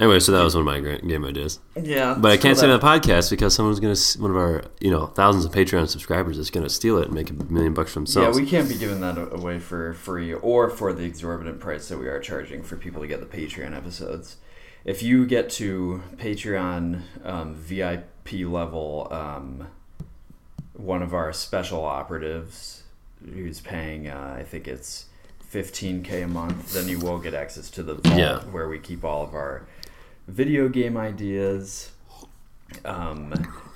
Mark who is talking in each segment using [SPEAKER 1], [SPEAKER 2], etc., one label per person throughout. [SPEAKER 1] Anyway, so that was one of my gra- game ideas.
[SPEAKER 2] Yeah,
[SPEAKER 1] But I can't
[SPEAKER 2] so
[SPEAKER 1] say it on
[SPEAKER 2] that-
[SPEAKER 1] the podcast because someone's gonna s- one of our you know thousands of Patreon subscribers is gonna steal it and make a million bucks for
[SPEAKER 2] Yeah,
[SPEAKER 1] themselves.
[SPEAKER 2] we can't be giving that a- away for free or for the exorbitant price that we are charging for people to get the Patreon episodes. If you get to Patreon um, VIP level, um, one of our special operatives who's paying, uh, I think it's 15k a month, then you will get access to the vault
[SPEAKER 1] Yeah.
[SPEAKER 2] where we keep all of our video game ideas, um,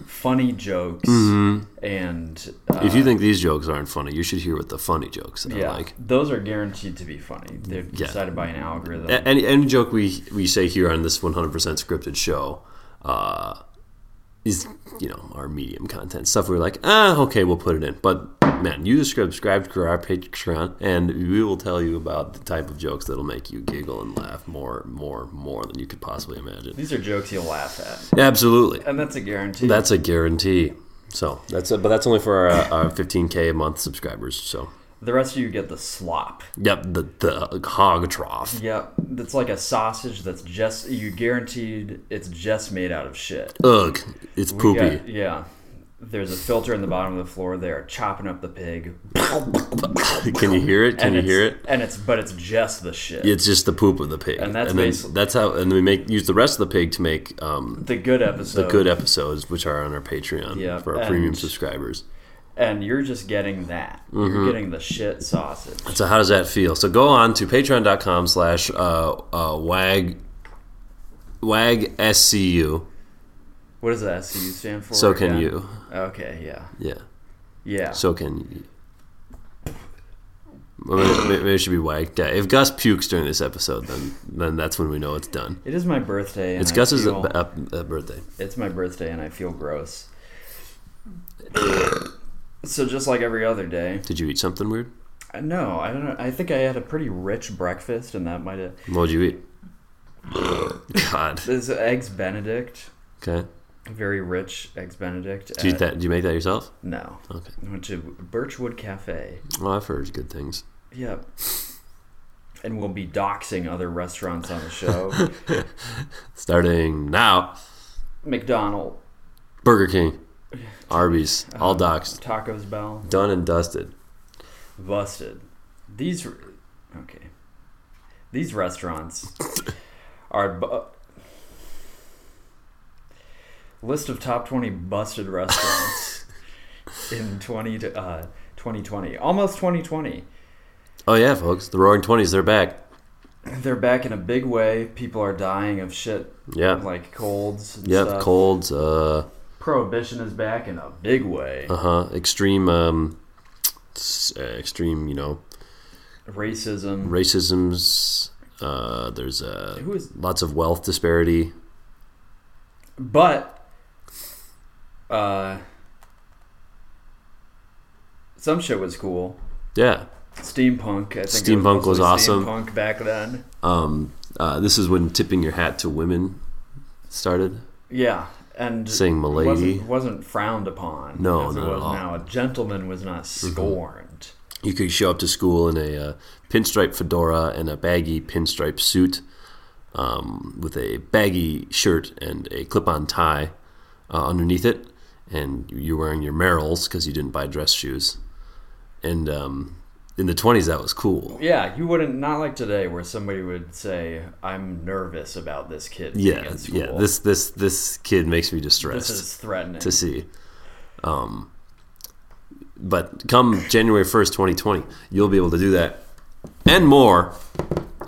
[SPEAKER 2] funny jokes,
[SPEAKER 1] Mm-hmm.
[SPEAKER 2] and uh,
[SPEAKER 1] if you think these jokes aren't funny, you should hear what the funny jokes are
[SPEAKER 2] yeah,
[SPEAKER 1] like.
[SPEAKER 2] those are guaranteed to be funny. They're
[SPEAKER 1] Yeah. Eh.
[SPEAKER 2] decided by an algorithm.
[SPEAKER 1] A- Any any joke we we say here on this 100% scripted show uh, is you know our medium content stuff. We're like ah okay we'll put it in, but man, you just subscribe to our Patreon and we will tell you about the type of jokes that'll make you giggle and laugh more more more than you could possibly imagine.
[SPEAKER 2] These are jokes you'll laugh at,
[SPEAKER 1] Absolutely.
[SPEAKER 2] and that's a guarantee.
[SPEAKER 1] That's a guarantee. So that's a, but that's only for our, uh, our 15k a month subscribers. So
[SPEAKER 2] the rest of you get the slop.
[SPEAKER 1] yep, the the hog trough.
[SPEAKER 2] Yep, that's like a sausage that's just you guaranteed it's just made out of shit.
[SPEAKER 1] Ugh, it's
[SPEAKER 2] You
[SPEAKER 1] poopy.
[SPEAKER 2] got- yeah. There's a filter in the bottom of the floor. They are chopping up the pig.
[SPEAKER 1] Can you hear it? Can
[SPEAKER 2] and
[SPEAKER 1] you
[SPEAKER 2] it's-
[SPEAKER 1] hear it?
[SPEAKER 2] And it's but it's just the shit.
[SPEAKER 1] It's just the poop of the pig,
[SPEAKER 2] And that's
[SPEAKER 1] then
[SPEAKER 2] basi-
[SPEAKER 1] that's how. And we make use the rest of the pig to make um,
[SPEAKER 2] the good episode.
[SPEAKER 1] good episodes, which are on our Patreon
[SPEAKER 2] Uh, Yeah,
[SPEAKER 1] for our
[SPEAKER 2] and-
[SPEAKER 1] premium subscribers.
[SPEAKER 2] and you're just getting that.
[SPEAKER 1] Mm-hmm.
[SPEAKER 2] You're getting the shit sausage.
[SPEAKER 1] So how does that feel? So go on to patreon.com slash uh, uh, wag wag scu.
[SPEAKER 2] What does that SCU stand for?
[SPEAKER 1] So can
[SPEAKER 2] again?
[SPEAKER 1] you?
[SPEAKER 2] Okay, yeah,
[SPEAKER 1] Yeah.
[SPEAKER 2] yeah.
[SPEAKER 1] So can you. Well, Maybe, maybe it should be whacked. Yeah, if Gus pukes during this episode, then then that's when we know it's done.
[SPEAKER 2] It is my birthday. And
[SPEAKER 1] It's
[SPEAKER 2] I
[SPEAKER 1] Gus's
[SPEAKER 2] feel-
[SPEAKER 1] uh, uh, birthday.
[SPEAKER 2] It's my birthday, and I feel gross. so just like every other day.
[SPEAKER 1] Did you eat something weird?
[SPEAKER 2] uh, No, I don't know. I think I had a pretty rich breakfast, and that might have.
[SPEAKER 1] What would you eat? God.
[SPEAKER 2] This eggs Benedict,
[SPEAKER 1] Okay.
[SPEAKER 2] very rich eggs Benedict.
[SPEAKER 1] Did you,
[SPEAKER 2] at-
[SPEAKER 1] eat that, did you make that yourself?
[SPEAKER 2] No,
[SPEAKER 1] Okay.
[SPEAKER 2] I went to Birchwood Cafe.
[SPEAKER 1] Well, I've heard good things.
[SPEAKER 2] Yep. And we'll be doxing other restaurants on the show.
[SPEAKER 1] Starting now,
[SPEAKER 2] McDonald,
[SPEAKER 1] Burger King, Arby's,
[SPEAKER 2] Uh-huh.
[SPEAKER 1] all doxed,
[SPEAKER 2] Tacos Bell,
[SPEAKER 1] done and dusted.
[SPEAKER 2] Busted. These, re- okay, these restaurants are. Bu- List of top 20 busted restaurants in 20 to, uh, 2020. Almost 2020.
[SPEAKER 1] Oh yeah, folks, the Roaring Twenties, they're back.
[SPEAKER 2] They're back in a big way. People are dying of shit
[SPEAKER 1] Yeah.
[SPEAKER 2] like colds and
[SPEAKER 1] Yep.
[SPEAKER 2] stuff.
[SPEAKER 1] Colds. Uh.
[SPEAKER 2] Prohibition is back in a big way.
[SPEAKER 1] Uh huh. Extreme, um, s- uh, extreme. You know,
[SPEAKER 2] Racism.
[SPEAKER 1] racism's. Uh, there's uh,
[SPEAKER 2] Who is-
[SPEAKER 1] lots of wealth disparity.
[SPEAKER 2] But uh some shit was cool.
[SPEAKER 1] Yeah.
[SPEAKER 2] Steampunk, I think it was
[SPEAKER 1] Steampunk
[SPEAKER 2] mostly
[SPEAKER 1] was awesome.
[SPEAKER 2] Steampunk back then.
[SPEAKER 1] Um, uh, this is when tipping your hat to women started.
[SPEAKER 2] Yeah. And
[SPEAKER 1] Saying "Milady."
[SPEAKER 2] wasn't, wasn't frowned upon.
[SPEAKER 1] No,
[SPEAKER 2] as it
[SPEAKER 1] not at
[SPEAKER 2] was
[SPEAKER 1] all. Mm-hmm.
[SPEAKER 2] now. A gentleman was not scorned.
[SPEAKER 1] You could show up to school in a uh, pinstripe fedora and a baggy pinstripe suit, um, with a baggy shirt and a clip-on tie uh, underneath it, and you're wearing your Merrills because you didn't buy dress shoes. And um, in the 20s, that was cool.
[SPEAKER 2] Yeah, you wouldn't not like today where somebody would say, I'm nervous about this kid being
[SPEAKER 1] yeah
[SPEAKER 2] in school.
[SPEAKER 1] yeah this this this kid makes me distressed
[SPEAKER 2] this is threatening.
[SPEAKER 1] to see um but come january 1st 2020 you'll be able to do that and more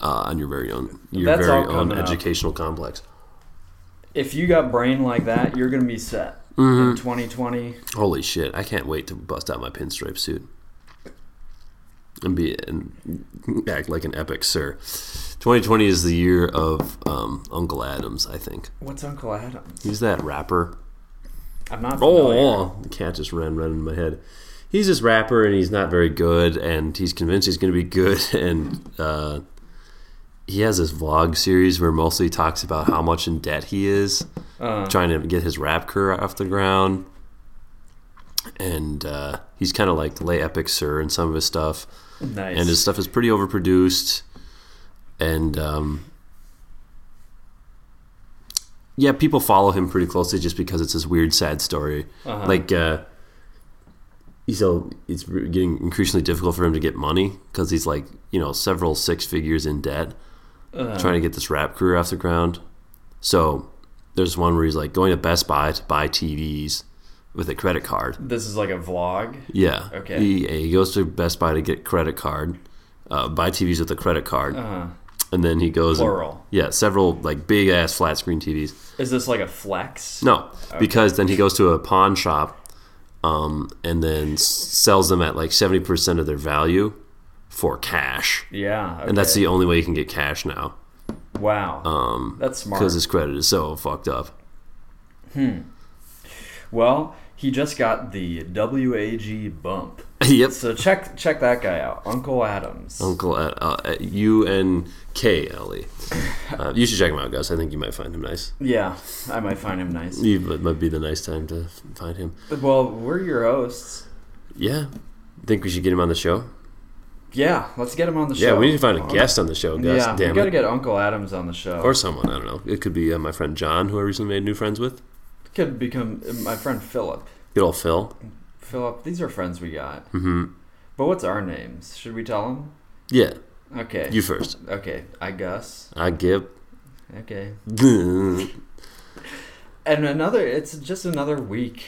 [SPEAKER 1] uh, on your very own your
[SPEAKER 2] That's
[SPEAKER 1] very
[SPEAKER 2] all
[SPEAKER 1] own
[SPEAKER 2] coming up.
[SPEAKER 1] educational complex
[SPEAKER 2] if you got brain like that, you're gonna be set.
[SPEAKER 1] Mm-hmm.
[SPEAKER 2] In twenty twenty.
[SPEAKER 1] holy shit i can't wait to bust out my pinstripe suit and be and act like an epic sir 2020 is the year of um, uncle adams i think
[SPEAKER 2] What's Uncle Adam?
[SPEAKER 1] he's that rapper
[SPEAKER 2] I'm not
[SPEAKER 1] Oh,
[SPEAKER 2] familiar.
[SPEAKER 1] the cat just ran right into my head. He's this rapper and he's not very good, and he's convinced he's going to be good. And uh, he has this vlog series where mostly he talks about how much in debt he is, trying to get his rap career off the ground. And uh, he's kind of like lay epic sir in some of his stuff,
[SPEAKER 2] Nice.
[SPEAKER 1] and his stuff is pretty overproduced. And um, yeah, people follow him pretty closely just because it's this weird, sad story.
[SPEAKER 2] Uh-huh.
[SPEAKER 1] Like, uh, he's a, it's re- getting increasingly difficult for him to get money because he's like, you know, several six figures in debt
[SPEAKER 2] Uh,
[SPEAKER 1] trying to get this rap career off the ground. So there's one where he's like going to Best Buy to buy TVs with a credit card.
[SPEAKER 2] This is like a vlog.
[SPEAKER 1] Yeah.
[SPEAKER 2] Okay.
[SPEAKER 1] He, he goes to Best Buy to get credit card, uh, buy TVs with a credit card,
[SPEAKER 2] Uh,
[SPEAKER 1] and then he goes. and-
[SPEAKER 2] plural.
[SPEAKER 1] yeah, several like big ass flat screen TVs.
[SPEAKER 2] Is this like a flex?
[SPEAKER 1] No, because then he goes to a pawn shop, um, and then s- sells them at like seventy percent of their value for cash,
[SPEAKER 2] Yeah.
[SPEAKER 1] and that's the only way you can get cash now
[SPEAKER 2] wow. Um, that's smart.
[SPEAKER 1] because his credit is so fucked up.
[SPEAKER 2] Well, he just got the WAG bump.
[SPEAKER 1] yep.
[SPEAKER 2] So check check that guy out, Uncle Adams.
[SPEAKER 1] Uncle at, uh, at U N K L E. Uh, you should check him out, Gus. I think you might find him nice.
[SPEAKER 2] Yeah, I might find him nice.
[SPEAKER 1] You it might be the nice time to find him.
[SPEAKER 2] Well, we're your hosts.
[SPEAKER 1] Yeah, think we should get him on the show.
[SPEAKER 2] Yeah, let's get him on the show.
[SPEAKER 1] Yeah, we need to find a guest on the show, Gus.
[SPEAKER 2] yeah, we
[SPEAKER 1] Damn
[SPEAKER 2] gotta
[SPEAKER 1] it.
[SPEAKER 2] get Uncle Adams on the show.
[SPEAKER 1] or someone, I don't know. It could be uh, my friend John, who I recently made new friends with.
[SPEAKER 2] Could become uh, my friend Philip.
[SPEAKER 1] Good old Phil.
[SPEAKER 2] Philip, these are friends we got.
[SPEAKER 1] hmm
[SPEAKER 2] But what's our names? Should we tell him?
[SPEAKER 1] Yeah,
[SPEAKER 2] Okay.
[SPEAKER 1] you first.
[SPEAKER 2] okay, I Gus.
[SPEAKER 1] I give.
[SPEAKER 2] Okay.
[SPEAKER 1] yeah,
[SPEAKER 2] And another, it's just another week.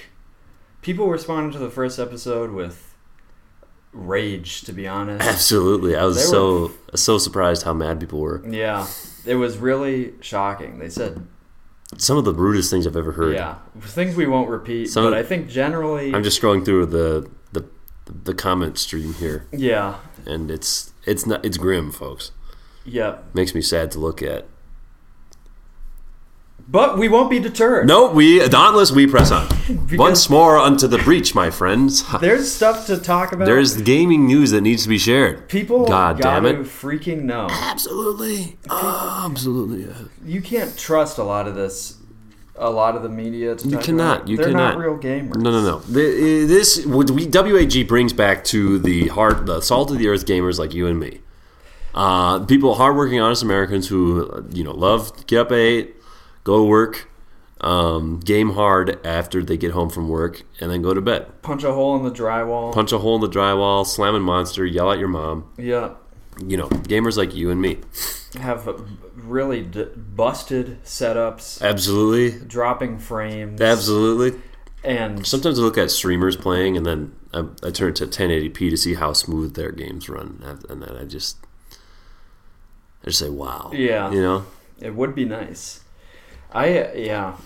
[SPEAKER 2] People responded to the first episode with rage, to be honest.
[SPEAKER 1] absolutely. I was
[SPEAKER 2] They
[SPEAKER 1] so so surprised how mad people were.
[SPEAKER 2] yeah, it was really shocking. They said,
[SPEAKER 1] Some of the rudest things I've ever heard.
[SPEAKER 2] yeah, things we won't repeat,
[SPEAKER 1] Some-
[SPEAKER 2] but I think generally,
[SPEAKER 1] I'm just scrolling through the the the comment stream here,
[SPEAKER 2] yeah,
[SPEAKER 1] and it's it's not it's grim, folks.
[SPEAKER 2] yeah.
[SPEAKER 1] Makes me sad to look at.
[SPEAKER 2] But we won't be deterred.
[SPEAKER 1] No, we dauntless, we press on.
[SPEAKER 2] Because-
[SPEAKER 1] Once more unto the breach, my friends.
[SPEAKER 2] There's stuff to talk about.
[SPEAKER 1] There's gaming news that needs to be shared.
[SPEAKER 2] people
[SPEAKER 1] God
[SPEAKER 2] gotta
[SPEAKER 1] damn it.
[SPEAKER 2] freaking know.
[SPEAKER 1] Absolutely, absolutely.
[SPEAKER 2] You can't trust a lot of this, a lot of the media. To
[SPEAKER 1] You
[SPEAKER 2] talk
[SPEAKER 1] cannot.
[SPEAKER 2] about.
[SPEAKER 1] You
[SPEAKER 2] They're
[SPEAKER 1] cannot.
[SPEAKER 2] not real gamers.
[SPEAKER 1] No, no, no. The- uh, This would we WAG brings back to the heart, the salt of the earth gamers like you and me. Uh, people, hardworking, honest Americans who uh, you know love to get up at eight, go to work, um, game hard after they get home from work, and then go to bed.
[SPEAKER 2] Punch a hole in the drywall.
[SPEAKER 1] Punch a hole in the drywall, slam a monster, yell at your mom.
[SPEAKER 2] Yeah.
[SPEAKER 1] You know, gamers like you and me.
[SPEAKER 2] have really d- busted setups,
[SPEAKER 1] Absolutely,
[SPEAKER 2] dropping frames,
[SPEAKER 1] absolutely.
[SPEAKER 2] and
[SPEAKER 1] Sometimes I look at streamers playing, and then I, I turn it to 1080p to see how smooth their games run, and- and then I just, I just say, "Wow."
[SPEAKER 2] Yeah.
[SPEAKER 1] You know,
[SPEAKER 2] it would be nice. I uh, yeah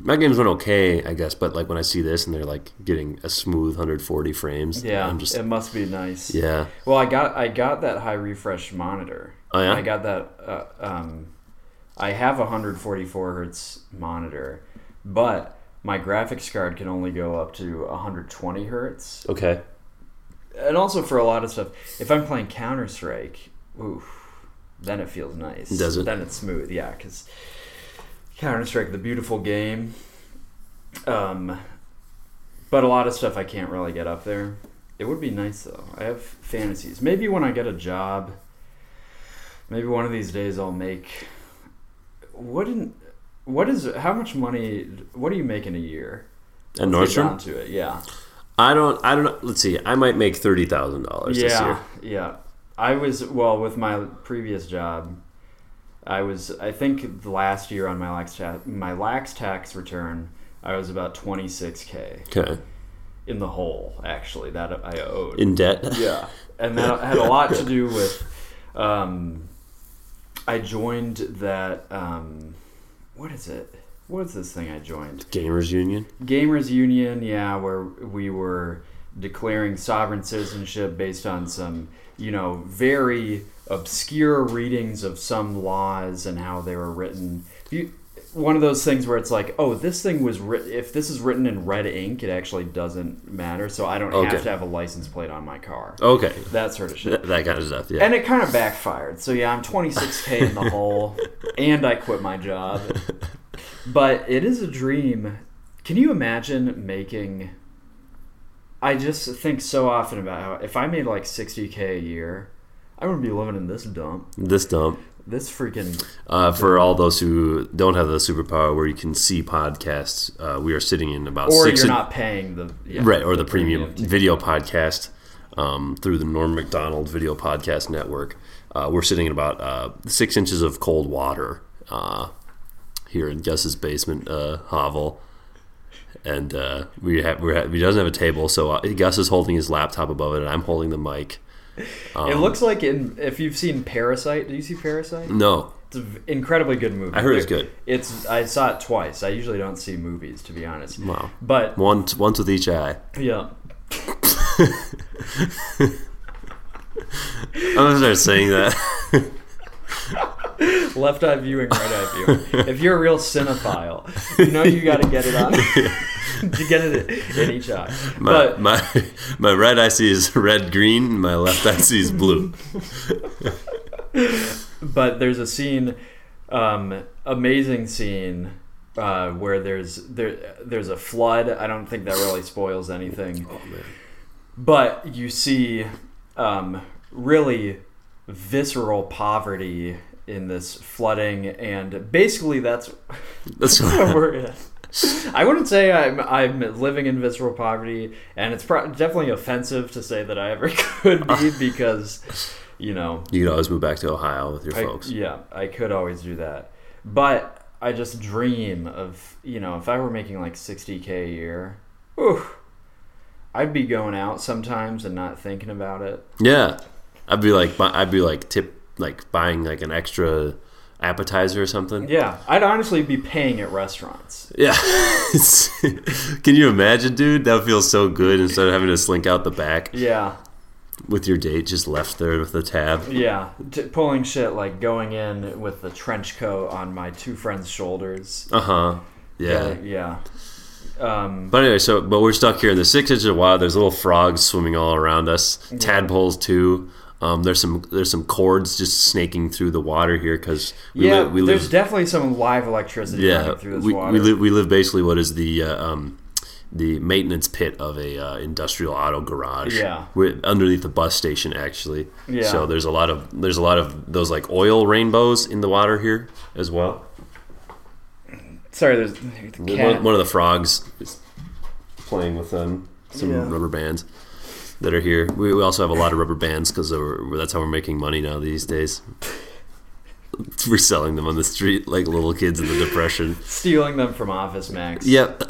[SPEAKER 1] my games run okay, I guess, but like when I see this and they're like getting a smooth 140 frames,
[SPEAKER 2] yeah
[SPEAKER 1] I'm just,
[SPEAKER 2] it must be nice.
[SPEAKER 1] yeah,
[SPEAKER 2] Well, I got I got that high refresh monitor.
[SPEAKER 1] Oh, yeah?
[SPEAKER 2] I got that. Uh, um, I have a 144 hertz monitor, but my graphics card can only go up to 120 hertz.
[SPEAKER 1] okay,
[SPEAKER 2] and also for a lot of stuff. If I'm playing Counter Strike, oof, then it feels nice.
[SPEAKER 1] Does it?
[SPEAKER 2] Then it's smooth, yeah. Because Counter Strike, the beautiful game. Um, but a lot of stuff I can't really get up there. It would be nice though. I have fantasies. Maybe when I get a job, maybe one of these days I'll make. Wouldn't what is how much money? What do you make in a year?
[SPEAKER 1] and
[SPEAKER 2] Let's get
[SPEAKER 1] Nordstrom,
[SPEAKER 2] down to it, yeah.
[SPEAKER 1] I don't, I don't. know. Let's see, I might make thirty thousand dollars this year.
[SPEAKER 2] Yeah. I was well with my previous job. I was I think the last year on my lax ta- my lax tax return, I was about 26k
[SPEAKER 1] Okay,
[SPEAKER 2] in the hole actually that I owed.
[SPEAKER 1] in debt.
[SPEAKER 2] yeah. And that had a lot to do with um I joined that um what is it? What is this thing I joined?
[SPEAKER 1] Gamers Union.
[SPEAKER 2] Gamers Union, yeah, where we were declaring sovereign citizenship based on some, you know, very obscure readings of some laws and how they were written. You, one of those things where it's like, oh, this thing was written. If this is written in red ink, it actually doesn't matter. So I don't
[SPEAKER 1] Okay.
[SPEAKER 2] have to have a license plate on my car.
[SPEAKER 1] Okay,
[SPEAKER 2] That sort of shit.
[SPEAKER 1] that, that kind of stuff. Yeah.
[SPEAKER 2] And it kind of backfired. So yeah, I'm 26k in the hole, and I quit my job. But it is a dream. Can you imagine making? I just think so often about how if I made like 60k a year, I wouldn't be living in this dump.
[SPEAKER 1] this dump.
[SPEAKER 2] This freaking
[SPEAKER 1] Uh, for all those who don't have the superpower where you can see podcasts, uh, we are sitting in about
[SPEAKER 2] or
[SPEAKER 1] 6
[SPEAKER 2] you're not paying the yeah,
[SPEAKER 1] right or the premium
[SPEAKER 2] tier.
[SPEAKER 1] video podcast um, through the Norm Macdonald Video Podcast Network. Uh, we're sitting in about uh, six inches of cold water uh, here in Gus's basement uh, hovel, and uh, we have we're ha- he doesn't have a table, so uh, Gus is holding his laptop above it, and I'm holding the mic.
[SPEAKER 2] it looks like in if you've seen Parasite, do you see Parasite?
[SPEAKER 1] No,
[SPEAKER 2] It's an incredibly good movie.
[SPEAKER 1] I heard it's good.
[SPEAKER 2] It's I saw it twice. I usually don't see movies to be honest.
[SPEAKER 1] Wow.
[SPEAKER 2] But
[SPEAKER 1] once once with each eye.
[SPEAKER 2] yeah,
[SPEAKER 1] I'm gonna start saying that.
[SPEAKER 2] left eye viewing, right eye viewing. if you're a real cinephile, you know you got to get it on. you get it in each eye.
[SPEAKER 1] My,
[SPEAKER 2] but
[SPEAKER 1] my my right eye sees red green, my left eye sees blue.
[SPEAKER 2] but there's a scene, um, amazing scene. Uh, where there's there there's a flood. I don't think that really spoils anything. but you see um, really visceral poverty in this flooding, and basically that's
[SPEAKER 1] That's
[SPEAKER 2] where we're in. I wouldn't say I'm I'm living in visceral poverty, and it's pro- definitely offensive to say that I ever could be because you know
[SPEAKER 1] You could always move back to Ohio with your
[SPEAKER 2] I,
[SPEAKER 1] folks.
[SPEAKER 2] Yeah, I could always do that, but I just dream of you know if I were making like sixty k a year, whew, I'd be going out sometimes and not thinking about it.
[SPEAKER 1] Yeah, I'd be like, bu- I'd be like tip, like buying like an extra appetizer or something.
[SPEAKER 2] Yeah, I'd honestly be paying at restaurants.
[SPEAKER 1] Yeah. Can you imagine, dude? That feels so good instead of having to slink out the back
[SPEAKER 2] Yeah,
[SPEAKER 1] with your date just left there with the tab.
[SPEAKER 2] yeah, T- pulling shit like going in with the trench coat on my two friends' shoulders.
[SPEAKER 1] Uh huh. Yeah.
[SPEAKER 2] yeah. Um,
[SPEAKER 1] But anyway, so but we're stuck here in the six inches of water. There's little frogs swimming all around us. Tadpoles too. Um, there's some there's some cords just snaking through the water here because we,
[SPEAKER 2] yeah,
[SPEAKER 1] li- we
[SPEAKER 2] there's
[SPEAKER 1] live
[SPEAKER 2] definitely some live electricity
[SPEAKER 1] yeah
[SPEAKER 2] running through this
[SPEAKER 1] we,
[SPEAKER 2] water.
[SPEAKER 1] we live we live basically what is the uh, um, the maintenance pit of a uh, industrial auto garage
[SPEAKER 2] Yeah.
[SPEAKER 1] We're underneath the bus station actually
[SPEAKER 2] Yeah.
[SPEAKER 1] so there's a lot of there's a lot of those like oil rainbows in the water here as well
[SPEAKER 2] Sorry, there's the cat.
[SPEAKER 1] one, one of the frogs is playing with them some
[SPEAKER 2] Yeah.
[SPEAKER 1] rubber bands that are here we, we also have a lot of rubber bands because that's how we're making money now these days we're selling them on the street like little kids in the depression
[SPEAKER 2] stealing them from Office Max.
[SPEAKER 1] yep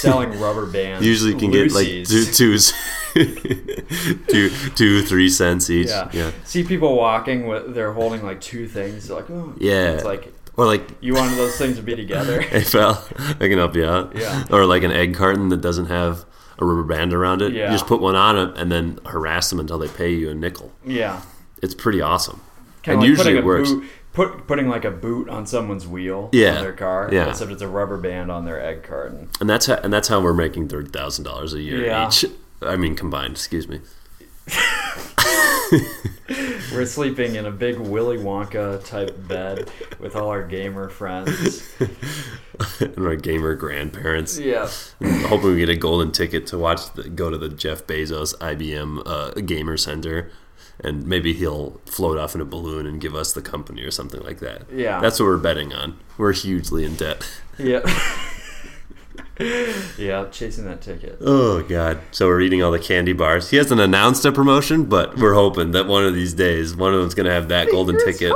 [SPEAKER 2] selling rubber bands.
[SPEAKER 1] usually can get like two,
[SPEAKER 2] Lucy's.
[SPEAKER 1] twos, two, two, three cents each.
[SPEAKER 2] Yeah.
[SPEAKER 1] Yeah. yeah,
[SPEAKER 2] See people walking with they're holding like two things. They're like oh It's like
[SPEAKER 1] or like
[SPEAKER 2] you wanted those things to be together.
[SPEAKER 1] hey pal, I can help you out.
[SPEAKER 2] Yeah.
[SPEAKER 1] or like an egg carton that doesn't have a rubber band around it.
[SPEAKER 2] Yeah.
[SPEAKER 1] You just put one on it and then harass them until they pay you a nickel.
[SPEAKER 2] Yeah.
[SPEAKER 1] It's pretty awesome.
[SPEAKER 2] Kinda
[SPEAKER 1] and
[SPEAKER 2] like
[SPEAKER 1] usually
[SPEAKER 2] putting
[SPEAKER 1] it
[SPEAKER 2] a
[SPEAKER 1] works.
[SPEAKER 2] Boot, put putting like a boot on someone's wheel.
[SPEAKER 1] Yeah.
[SPEAKER 2] On their car.
[SPEAKER 1] Yeah.
[SPEAKER 2] Except it's a rubber band on their egg carton.
[SPEAKER 1] And that's how, and that's how we're making thirty thousand dollars a year
[SPEAKER 2] Yeah.
[SPEAKER 1] each. I mean combined. Excuse me.
[SPEAKER 2] We're sleeping in a big Willy Wonka type bed with all our gamer friends.
[SPEAKER 1] and our gamer grandparents.
[SPEAKER 2] Yeah.
[SPEAKER 1] hoping we get a golden ticket to watch the, go to the Jeff Bezos IBM uh, Gamer Center, and maybe he'll float off in a balloon and give us the company or something like that.
[SPEAKER 2] Yeah.
[SPEAKER 1] that's what we're betting on. We're hugely in debt.
[SPEAKER 2] Yeah. yeah, chasing that ticket.
[SPEAKER 1] Oh God! So we're eating all the candy bars. He hasn't announced a promotion, but we're hoping that one of these days, one of them's gonna have that golden ticket.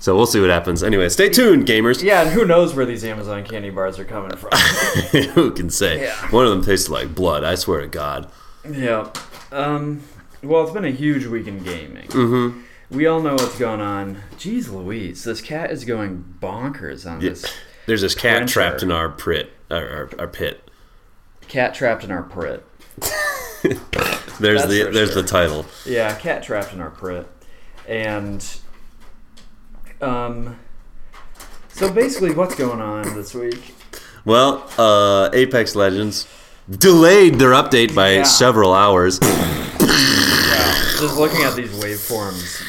[SPEAKER 1] So we'll see what happens. Anyway, stay tuned, gamers.
[SPEAKER 2] Yeah, and who knows where these Amazon candy bars are coming from?
[SPEAKER 1] Who can say?
[SPEAKER 2] Yeah.
[SPEAKER 1] One of them tasted like blood. I swear to God.
[SPEAKER 2] yeah. Um, well, it's been a huge week in gaming. Mm-hmm. We all know what's going on. Jeez Louise, this cat is going bonkers on this
[SPEAKER 1] There's this cat
[SPEAKER 2] Printer.
[SPEAKER 1] trapped in our pit. Our, our, our pit.
[SPEAKER 2] cat trapped in our prit.
[SPEAKER 1] There's
[SPEAKER 2] That's
[SPEAKER 1] the
[SPEAKER 2] for
[SPEAKER 1] there's
[SPEAKER 2] sure.
[SPEAKER 1] the title.
[SPEAKER 2] Yeah, cat trapped in our prit. And um so basically what's going on this week?
[SPEAKER 1] Well, uh, Apex Legends delayed their update by
[SPEAKER 2] Yeah.
[SPEAKER 1] several hours.
[SPEAKER 2] Wow. Just looking at these waveforms.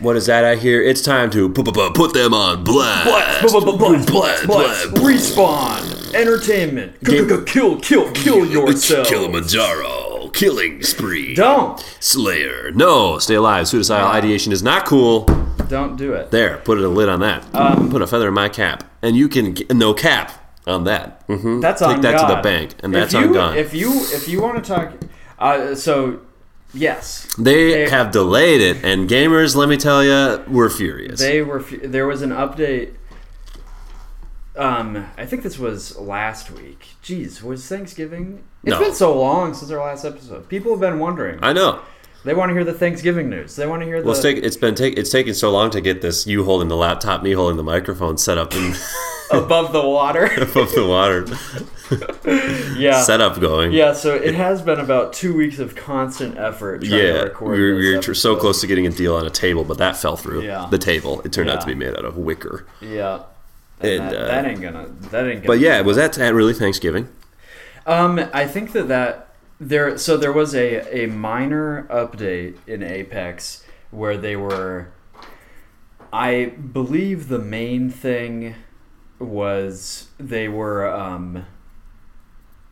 [SPEAKER 1] what is that I hear? It's time to pu- pu- pu- put them on blast.
[SPEAKER 2] Blast,
[SPEAKER 1] blast,
[SPEAKER 2] blast,
[SPEAKER 1] blast.
[SPEAKER 2] respawn, entertainment,
[SPEAKER 1] Game-
[SPEAKER 2] kill, kill, kill
[SPEAKER 1] It's
[SPEAKER 2] yourself.
[SPEAKER 1] Kilimanjaro killing spree.
[SPEAKER 2] Don't. Ah.
[SPEAKER 1] Slayer. No, stay alive. Suicidal ideation is not cool.
[SPEAKER 2] Don't do it.
[SPEAKER 1] There, put a lid on that.
[SPEAKER 2] Um.
[SPEAKER 1] put a feather in my cap, and you can get no cap on that. hmm
[SPEAKER 2] That's
[SPEAKER 1] Take
[SPEAKER 2] on
[SPEAKER 1] that to the
[SPEAKER 2] God.
[SPEAKER 1] bank, and
[SPEAKER 2] If
[SPEAKER 1] that's
[SPEAKER 2] you,
[SPEAKER 1] on God.
[SPEAKER 2] If you if you want to talk, uh, so yes,
[SPEAKER 1] they
[SPEAKER 2] they-
[SPEAKER 1] have delayed it, and gamers, let me tell you, were furious.
[SPEAKER 2] They were. fu- There was an update. Um, I think this was last week. Jeez, was Thanksgiving? It's
[SPEAKER 1] No.
[SPEAKER 2] been so long since our last episode. People have been wondering.
[SPEAKER 1] I know.
[SPEAKER 2] they want to hear the Thanksgiving news. They want to hear the.
[SPEAKER 1] Well, it's, take, it's been take, it's taking so long to get this you holding the laptop, me holding the microphone set up in,
[SPEAKER 2] above the water.
[SPEAKER 1] above the water
[SPEAKER 2] yeah.
[SPEAKER 1] setup going.
[SPEAKER 2] Yeah. So it has been about two weeks of constant effort trying to
[SPEAKER 1] Yeah, we
[SPEAKER 2] record.
[SPEAKER 1] were, we were
[SPEAKER 2] this
[SPEAKER 1] tr- so
[SPEAKER 2] episode.
[SPEAKER 1] close to getting a deal on a table, but that fell through.
[SPEAKER 2] Yeah.
[SPEAKER 1] The table it turned out to
[SPEAKER 2] Yeah.
[SPEAKER 1] be made out of wicker.
[SPEAKER 2] Yeah. And
[SPEAKER 1] And,
[SPEAKER 2] that,
[SPEAKER 1] uh,
[SPEAKER 2] that ain't gonna. That ain't gonna.
[SPEAKER 1] But yeah, was that that really Thanksgiving?
[SPEAKER 2] Um, I think that that there. So there was a a minor update in Apex where they were. I believe the main thing was they were um,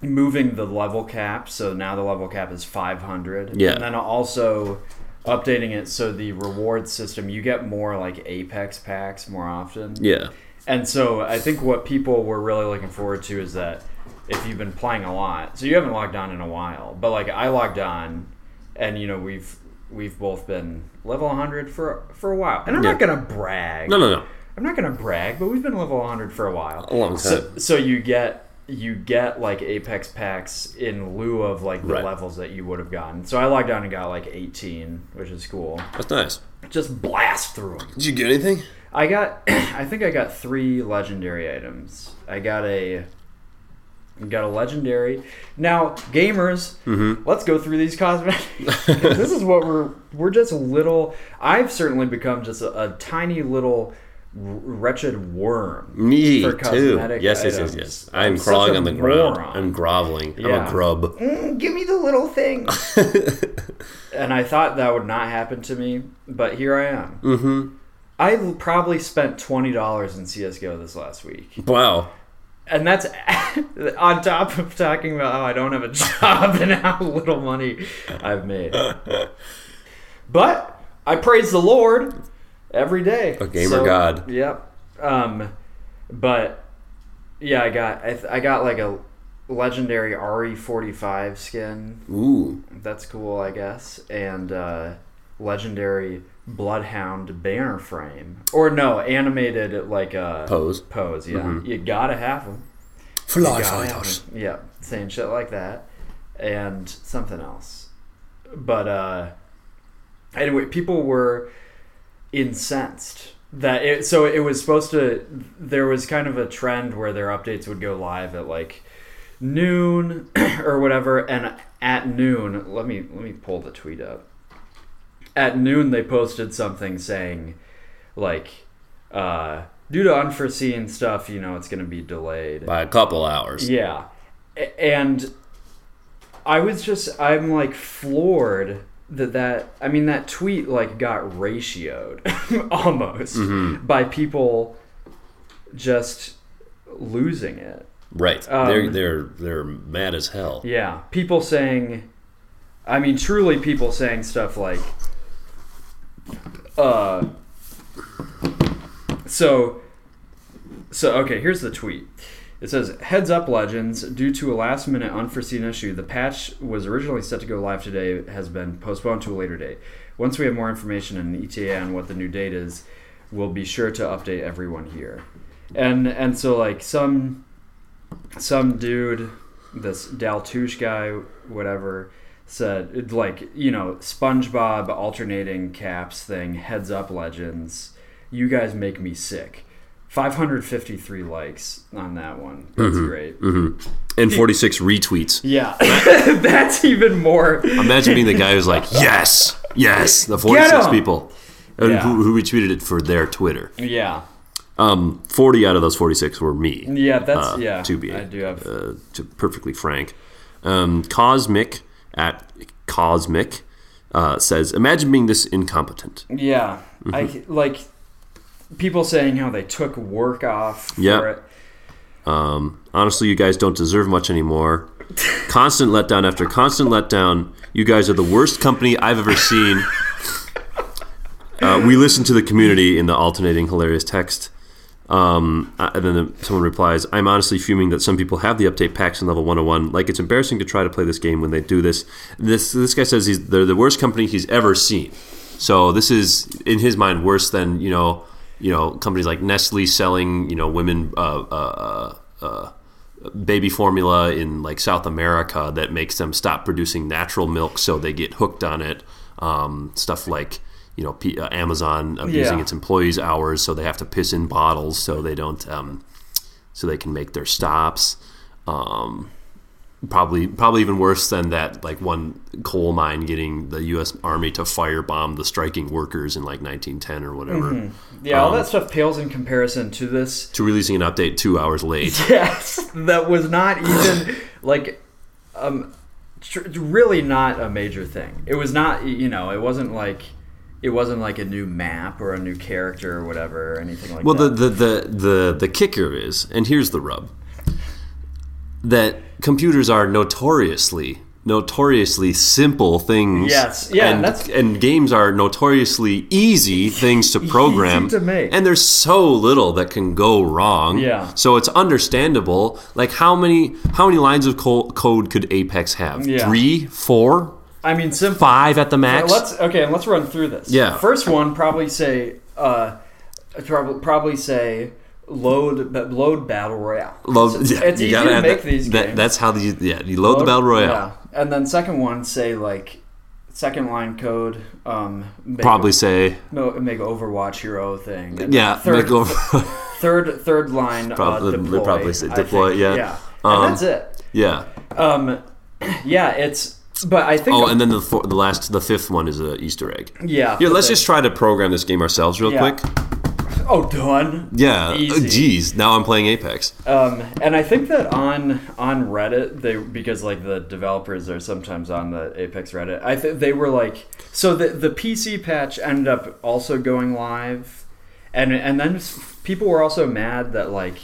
[SPEAKER 2] moving the level cap. So now the level cap is five hundred.
[SPEAKER 1] Yeah.
[SPEAKER 2] And then also updating it so the reward system you get more like Apex packs more often.
[SPEAKER 1] Yeah.
[SPEAKER 2] And so I think what people were really looking forward to is that if you've been playing a lot, so you haven't logged on in a while, but like I logged on, and you know we've we've both been level 100 for for a while, and I'm not gonna brag.
[SPEAKER 1] No, no, no.
[SPEAKER 2] I'm not gonna brag, but we've been level 100 for a while.
[SPEAKER 1] A long
[SPEAKER 2] So, so you get you get like apex packs in lieu of like the
[SPEAKER 1] Right.
[SPEAKER 2] levels that you would have gotten. So I logged on and got like 18, which is cool.
[SPEAKER 1] That's nice.
[SPEAKER 2] Just blast through 'em.
[SPEAKER 1] Did you get anything?
[SPEAKER 2] I got, I think I got three legendary items. I got a, got a legendary. Now, gamers,
[SPEAKER 1] Mm-hmm.
[SPEAKER 2] let's go through these cosmetics. this is what we're we're just little. I've certainly become just a, a tiny little wr- wretched worm.
[SPEAKER 1] Me
[SPEAKER 2] For
[SPEAKER 1] too.
[SPEAKER 2] cosmetic
[SPEAKER 1] Yes, yes, yes,
[SPEAKER 2] items.
[SPEAKER 1] yes. I'm,
[SPEAKER 2] I'm such
[SPEAKER 1] crawling
[SPEAKER 2] a
[SPEAKER 1] on the ground.
[SPEAKER 2] moron.
[SPEAKER 1] I'm groveling. I'm
[SPEAKER 2] Yeah.
[SPEAKER 1] a grub.
[SPEAKER 2] Mm, give me the little thing. and I thought that would not happen to me, but here I am. Mm-hmm. I probably spent twenty dollars in CS:GO this last week.
[SPEAKER 1] Wow.
[SPEAKER 2] and that's on top of talking about how I don't have a job and how little money I've made. But I praise the Lord every day. A
[SPEAKER 1] gamer god.
[SPEAKER 2] Yep. Um, but yeah, I got I, th- I got like a legendary RE45 skin.
[SPEAKER 1] Ooh.
[SPEAKER 2] That's cool, I guess. And uh, legendary Bloodhound banner frame, or no, animated like uh,
[SPEAKER 1] Pose.
[SPEAKER 2] Pose. Yeah, you gotta have them.
[SPEAKER 1] Fly
[SPEAKER 2] God, Yeah, saying shit like that, and something else. But uh, anyway, people were incensed that it. So it was supposed to. There was kind of a trend where their updates would go live at like noon or whatever, and at noon, let me let me pull the tweet up. At noon, they posted something saying, like, uh, due to unforeseen stuff, you know, it's going to be delayed.
[SPEAKER 1] By a couple hours.
[SPEAKER 2] Yeah. A- And I was just I'm like floored that that I mean that tweet like got ratioed almost by people just losing it.
[SPEAKER 1] Right. they're
[SPEAKER 2] Um,
[SPEAKER 1] they're they're mad as hell.
[SPEAKER 2] Yeah, people saying, I mean, truly, people saying stuff like, uh, so, so okay. Here's the tweet. It says, "Heads up, legends! Due to a last-minute unforeseen issue, the patch was originally set to go live today has been postponed to a later date. Once we have more information and an ETA on what the new date is, we'll be sure to update everyone here." And and so like some some dude, this Daltouche guy, whatever, said it- like you know SpongeBob alternating caps thing. Heads up, legends! You guys make me sick. 553 likes on that one. That's
[SPEAKER 1] Mm-hmm.
[SPEAKER 2] great.
[SPEAKER 1] And 46 retweets.
[SPEAKER 2] Yeah, that's even more.
[SPEAKER 1] Imagine being the guy who's like, yes, yes, the 46
[SPEAKER 2] 'em.
[SPEAKER 1] people. And
[SPEAKER 2] Yeah.
[SPEAKER 1] who, who retweeted it for their Twitter.
[SPEAKER 2] Yeah,
[SPEAKER 1] Um, 40 out of those 46 were me.
[SPEAKER 2] yeah, that's
[SPEAKER 1] uh,
[SPEAKER 2] yeah.
[SPEAKER 1] to be
[SPEAKER 2] I do have
[SPEAKER 1] uh, to perfectly frank. Um, Cosmic at Cosmic uh, says, "Imagine being this incompetent."
[SPEAKER 2] Yeah,
[SPEAKER 1] mm-hmm.
[SPEAKER 2] I like people saying how they took work off. for
[SPEAKER 1] Yep.
[SPEAKER 2] it.
[SPEAKER 1] Um, honestly, you guys don't deserve much anymore. Constant letdown after constant letdown. You guys are the worst company I've ever seen. Uh, we listen to the community in the alternating hilarious text. Um, uh, and then the, someone replies, I'm honestly fuming that some people have the update packs in level 101. Like, it's embarrassing to try to play this game when they do this. This, this guy says he's, they're the worst company he's ever seen. So this is, in his mind, worse than, you know, you know, companies like Nestle selling, you know, women uh, uh, uh, uh, baby formula in like South America that makes them stop producing natural milk, so they get hooked on it. Um, stuff like you know, P- uh, Amazon abusing
[SPEAKER 2] Yeah.
[SPEAKER 1] its employees' hours, so they have to piss in bottles, so they don't, um, so they can make their stops. Um, probably, probably even worse than that. Like one coal mine getting the U.S. Army to firebomb the striking workers in like 1910 or whatever
[SPEAKER 2] Yeah,
[SPEAKER 1] Um,
[SPEAKER 2] all that stuff pales in comparison to this.
[SPEAKER 1] to releasing an update two hours late.
[SPEAKER 2] Yes, that was not even like, um, tr- really not a major thing. It was not, you know, it wasn't like, it wasn't like a new map or a new character or whatever or anything like
[SPEAKER 1] Well,
[SPEAKER 2] that.
[SPEAKER 1] the, the, the, the, the kicker is, and here's the rub, that computers are notoriously, notoriously simple things.
[SPEAKER 2] Yes, yeah,
[SPEAKER 1] and,
[SPEAKER 2] that's-
[SPEAKER 1] and games are notoriously easy things to program.
[SPEAKER 2] to make.
[SPEAKER 1] And there's so little that can go wrong.
[SPEAKER 2] Yeah.
[SPEAKER 1] So it's understandable. Like how many how many lines of co- code could Apex have?
[SPEAKER 2] Yeah.
[SPEAKER 1] Three, four,
[SPEAKER 2] I mean, simple.
[SPEAKER 1] five at the max.
[SPEAKER 2] Let's okay, and let's run through this.
[SPEAKER 1] Yeah.
[SPEAKER 2] First one, probably say, uh, prob- probably say load ba- load battle royale.
[SPEAKER 1] Love,
[SPEAKER 2] It's,
[SPEAKER 1] yeah,
[SPEAKER 2] it's
[SPEAKER 1] you
[SPEAKER 2] easy
[SPEAKER 1] gotta
[SPEAKER 2] to
[SPEAKER 1] add
[SPEAKER 2] make
[SPEAKER 1] that-
[SPEAKER 2] these
[SPEAKER 1] that-
[SPEAKER 2] games.
[SPEAKER 1] That's how the yeah you load, the battle royale.
[SPEAKER 2] Yeah. And then second one, say like second line code. Um, make
[SPEAKER 1] Probably say
[SPEAKER 2] mo- make Overwatch hero thing. And
[SPEAKER 1] yeah.
[SPEAKER 2] Third,
[SPEAKER 1] make over,
[SPEAKER 2] third third line.
[SPEAKER 1] Probably-
[SPEAKER 2] uh, deploy,
[SPEAKER 1] probably say
[SPEAKER 2] I
[SPEAKER 1] deploy,
[SPEAKER 2] think.
[SPEAKER 1] yeah.
[SPEAKER 2] Yeah.
[SPEAKER 1] Um,
[SPEAKER 2] and that's it.
[SPEAKER 1] yeah.
[SPEAKER 2] Um, yeah, it's. But I think.
[SPEAKER 1] Oh, and then the four, the last the fifth one is a Easter egg. Yeah,
[SPEAKER 2] yeah. but
[SPEAKER 1] let's
[SPEAKER 2] they-
[SPEAKER 1] just try to program this game ourselves real
[SPEAKER 2] Yeah.
[SPEAKER 1] quick.
[SPEAKER 2] Oh, done.
[SPEAKER 1] Yeah.
[SPEAKER 2] Easy.
[SPEAKER 1] Oh, geez, now I'm playing Apex.
[SPEAKER 2] Um, and I think that on on Reddit, they because like the developers are sometimes on the Apex Reddit. I think they were like, so the the PC patch ended up also going live, and and then s- people were also mad that like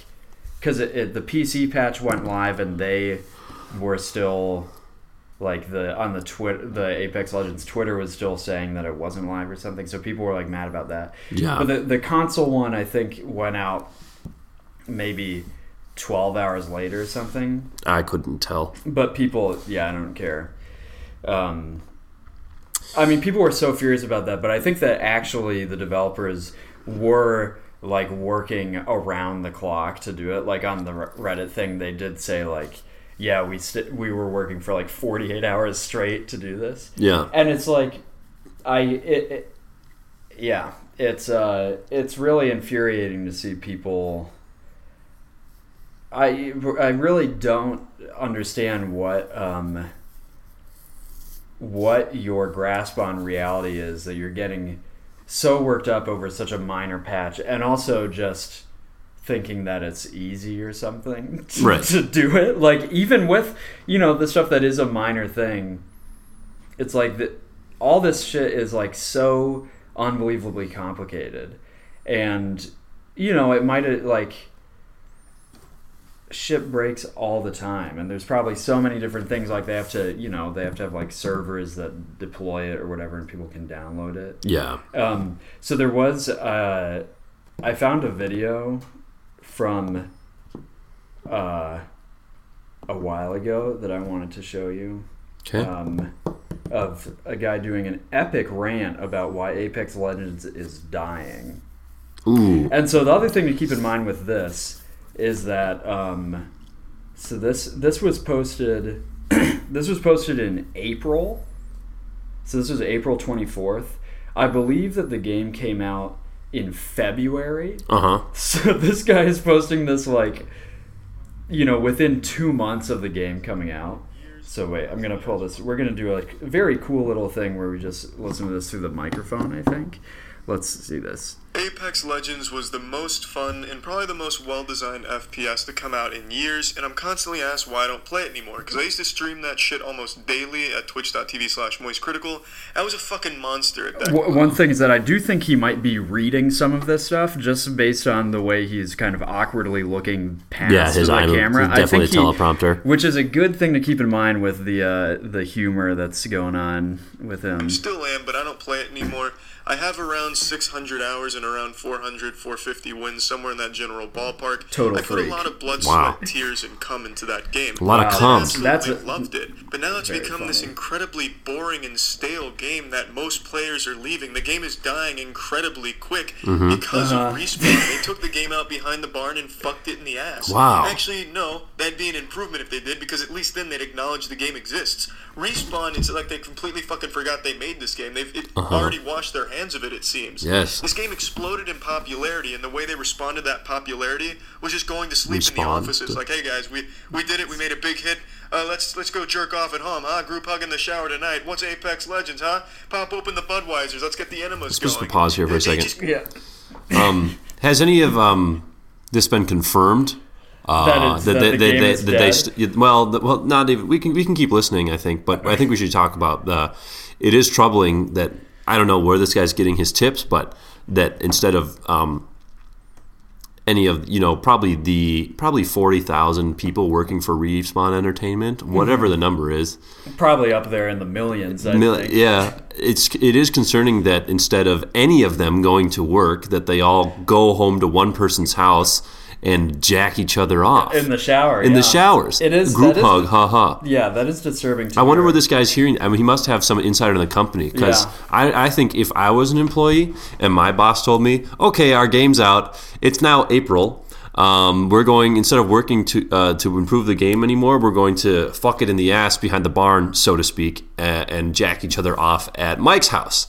[SPEAKER 2] because it, it, the PC patch went live and they were still like the on the twit the Apex Legends Twitter was still saying that it wasn't live or something. So people were like mad about that.
[SPEAKER 1] Yeah.
[SPEAKER 2] But the, the console one I think went out maybe 12 hours later or something.
[SPEAKER 1] I couldn't tell.
[SPEAKER 2] But people, yeah, I don't care. Um, I mean, people were so furious about that, but I think that actually the developers were like working around the clock to do it. Like on the Re- Reddit thing, they did say like, yeah, we st- we were working for like 48 hours straight to do this
[SPEAKER 1] Yeah.
[SPEAKER 2] and it's like i it, it yeah it's uh it's really infuriating to see people i i really don't understand what um what your grasp on reality is that you're getting so worked up over such a minor patch and also just thinking that it's easy or something to,
[SPEAKER 1] Right.
[SPEAKER 2] to do it like even with you know the stuff that is a minor thing it's like the, all this shit is like so unbelievably complicated and you know it might have like ship breaks all the time and there's probably so many different things like they have to you know they have to have like servers that deploy it or whatever and people can download it
[SPEAKER 1] Yeah.
[SPEAKER 2] um, so there was, uh, I found a video from uh, a while ago that I wanted to show you
[SPEAKER 1] Okay.
[SPEAKER 2] um, of a guy doing an epic rant about why Apex Legends is dying.
[SPEAKER 1] Ooh.
[SPEAKER 2] And so the other thing to keep in mind with this is that um, so this this was posted this was posted in April. So this was April 24th. I believe that the game came out in February.
[SPEAKER 1] Uh huh.
[SPEAKER 2] So this guy is posting this like you know within 2 months of the game coming out. So wait, I'm going to pull this. We're going to do like a very cool little thing where we just listen to this through the microphone, I think. Let's see this.
[SPEAKER 3] Apex Legends was the most fun and probably the most well designed FPS to come out in years, and I'm constantly asked why I don't play it anymore. Because I used to stream that shit almost daily at twitch.tv slash moistcritical. I was a fucking monster at that.
[SPEAKER 2] W- One thing is that I do think he might be reading some of this stuff just based on the way he's kind of awkwardly looking past
[SPEAKER 1] Yeah, his
[SPEAKER 2] the
[SPEAKER 1] eye-
[SPEAKER 2] camera.
[SPEAKER 1] he's definitely
[SPEAKER 2] I think
[SPEAKER 1] a teleprompter.
[SPEAKER 2] which is a good thing to keep in mind with the uh, the humor that's going on with him.
[SPEAKER 3] Still am, but I don't play it anymore. I have around 600 hours and around 400, 450 wins somewhere in that general ballpark.
[SPEAKER 2] Total
[SPEAKER 3] I put
[SPEAKER 2] freak.
[SPEAKER 3] a lot of blood,
[SPEAKER 1] Wow.
[SPEAKER 3] sweat, tears, and cum into that game.
[SPEAKER 1] A lot of
[SPEAKER 3] I
[SPEAKER 1] cum.
[SPEAKER 3] absolutely
[SPEAKER 2] Uh, That's a-
[SPEAKER 3] loved it, but now it's
[SPEAKER 2] Very
[SPEAKER 3] become this
[SPEAKER 2] funny.
[SPEAKER 3] incredibly boring and stale game that most players are leaving. The game is dying incredibly quick
[SPEAKER 1] Mm-hmm.
[SPEAKER 3] because
[SPEAKER 2] Uh-huh.
[SPEAKER 3] of respawn. they took the game out behind the barn and fucked it in the ass.
[SPEAKER 1] Wow.
[SPEAKER 3] Actually, no, that'd be an improvement if they did because at least then they'd acknowledge the game exists. Respawn, it's like they completely fucking forgot they made this game. They've it already washed their hands of it. It seems.
[SPEAKER 1] Uh-huh. Yes.
[SPEAKER 3] This game exploded in popularity, and the way they responded to that popularity was just going to sleep in the
[SPEAKER 1] Respawn.
[SPEAKER 3] offices. Like, hey guys, we we did it. We made a big hit. Uh, let's let's go jerk off at home, huh? Group hug in the shower tonight. What's Apex Legends, huh? Pop open the Budweisers. Let's get the enemas
[SPEAKER 1] Just to
[SPEAKER 3] going.
[SPEAKER 1] pause here for a
[SPEAKER 3] They
[SPEAKER 1] second.
[SPEAKER 3] just-
[SPEAKER 2] Yeah.
[SPEAKER 1] Um, has any of um, this been confirmed? Uh,
[SPEAKER 4] That it's- that the game is
[SPEAKER 1] they
[SPEAKER 4] dead?
[SPEAKER 1] st- well, th- well, not even. We can we can keep listening. I think, but I think we should talk about the. It is troubling that I don't know where this guy's getting his tips, but that instead of um, any of you know probably the probably forty thousand people working for Respawn Entertainment,
[SPEAKER 4] Mm-hmm.
[SPEAKER 1] whatever the number is,
[SPEAKER 2] Probably up there in the millions. I
[SPEAKER 1] Mil-
[SPEAKER 2] think.
[SPEAKER 1] yeah, it's it is concerning that instead of any of them going to work, that they all go home to one person's house and jack each other off
[SPEAKER 2] In the shower.
[SPEAKER 1] in the
[SPEAKER 2] yeah.
[SPEAKER 1] showers.
[SPEAKER 2] It is
[SPEAKER 1] group
[SPEAKER 2] that is-
[SPEAKER 1] hug, ha ha.
[SPEAKER 2] Yeah, that is disturbing. To
[SPEAKER 1] I wonder
[SPEAKER 2] hear.
[SPEAKER 1] where this guy's hearing. I mean, he must have some insight on the company because
[SPEAKER 2] Yeah.
[SPEAKER 1] I, I think if I was an employee and my boss told me, "Okay, our game's out. It's now April. Um, we're going instead of working to uh, to improve the game anymore, we're going to fuck it in the ass behind the barn, so to speak, a- and jack each other off at Mike's house."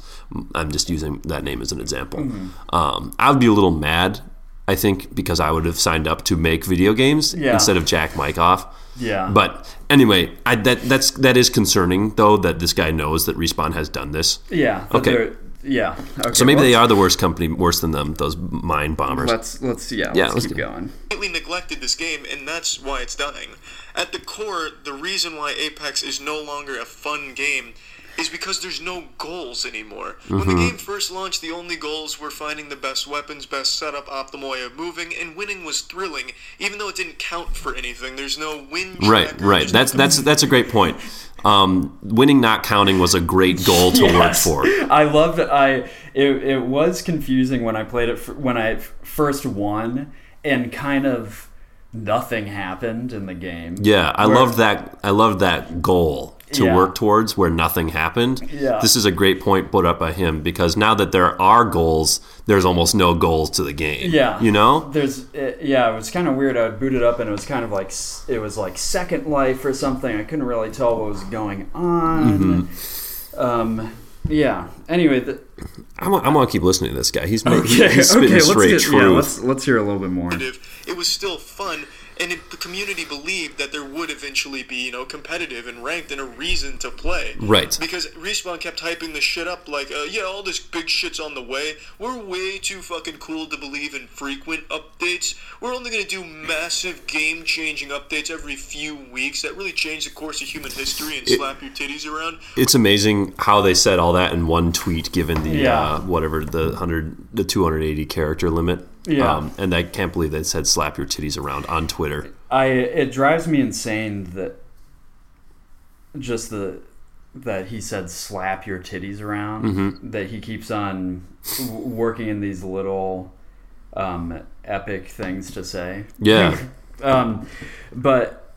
[SPEAKER 1] I'm just using that name as an example.
[SPEAKER 2] Mm-hmm.
[SPEAKER 1] Um, I would be a little mad, I think, because I would have signed up to make video games
[SPEAKER 2] Yeah.
[SPEAKER 1] instead of jack Mike off.
[SPEAKER 2] Yeah.
[SPEAKER 1] But anyway, I, that that's that is concerning though that this guy knows that respawn has done this.
[SPEAKER 2] Yeah. that
[SPEAKER 1] Okay.
[SPEAKER 2] they're- Yeah. Okay.
[SPEAKER 1] So maybe
[SPEAKER 2] let's,
[SPEAKER 1] they are the worst company, worse than them. Those mine bombers.
[SPEAKER 2] Let's let's yeah.
[SPEAKER 1] Yeah,
[SPEAKER 2] let's,
[SPEAKER 1] let's
[SPEAKER 2] keep
[SPEAKER 1] do it.
[SPEAKER 2] going.
[SPEAKER 3] completely neglected this game, and that's why it's dying. At the core, the reason why Apex is no longer a fun game is because there's no goals anymore.
[SPEAKER 1] Mm-hmm.
[SPEAKER 3] When the game first launched, the only goals were finding the best weapons, best setup, optimal way of moving, and winning was thrilling, even though it didn't count for anything. There's no win.
[SPEAKER 1] right,
[SPEAKER 3] tracker,
[SPEAKER 1] right.
[SPEAKER 3] there's no
[SPEAKER 1] That's that's that's a great point. Um, winning not counting was a great goal to
[SPEAKER 2] Yes.
[SPEAKER 1] work for.
[SPEAKER 2] I loved I it, it was confusing when I played it f- when I f- first won and kind of nothing happened in the game.
[SPEAKER 1] Yeah, I
[SPEAKER 2] Where-
[SPEAKER 1] loved that. I loved that goal to
[SPEAKER 2] Yeah.
[SPEAKER 1] work towards where nothing happened.
[SPEAKER 2] Yeah.
[SPEAKER 1] This is a great point put up by him because now that there are goals, there's almost no goals to the game.
[SPEAKER 2] Yeah.
[SPEAKER 1] you know.
[SPEAKER 2] There's it, yeah, it was kind of weird. I would boot it up and it was kind of like s- it was like Second Life or something. I couldn't really tell what was going on.
[SPEAKER 1] Mm-hmm.
[SPEAKER 2] Um yeah. Anyway, the,
[SPEAKER 1] I'm, I'm gonna keep listening to this guy. He's, he's spitting
[SPEAKER 2] okay, let's
[SPEAKER 1] straight
[SPEAKER 2] get, yeah,
[SPEAKER 1] truth.
[SPEAKER 2] let's let's hear a little bit more.
[SPEAKER 3] competitive, It was still fun, and it, the community believed that there would eventually be, you know, competitive and ranked and a reason to play.
[SPEAKER 1] Right.
[SPEAKER 3] Because Respawn kept hyping the shit up like, uh, yeah, all this big shit's on the way. We're way too fucking cool to believe in frequent updates. We're only gonna do massive game-changing updates every few weeks that really change the course of human history and slap your titties around.
[SPEAKER 1] it's amazing how they said all that in one tweet, given the
[SPEAKER 2] Yeah.
[SPEAKER 1] uh, whatever the hundred the two hundred eighty character limit. Um,
[SPEAKER 2] Yeah.
[SPEAKER 1] and I can't believe they said slap your titties around on Twitter.
[SPEAKER 2] I it drives me insane that just the that he said slap your titties around that he keeps on w- working in these little um, epic things to say.
[SPEAKER 1] Yeah,
[SPEAKER 2] Um, but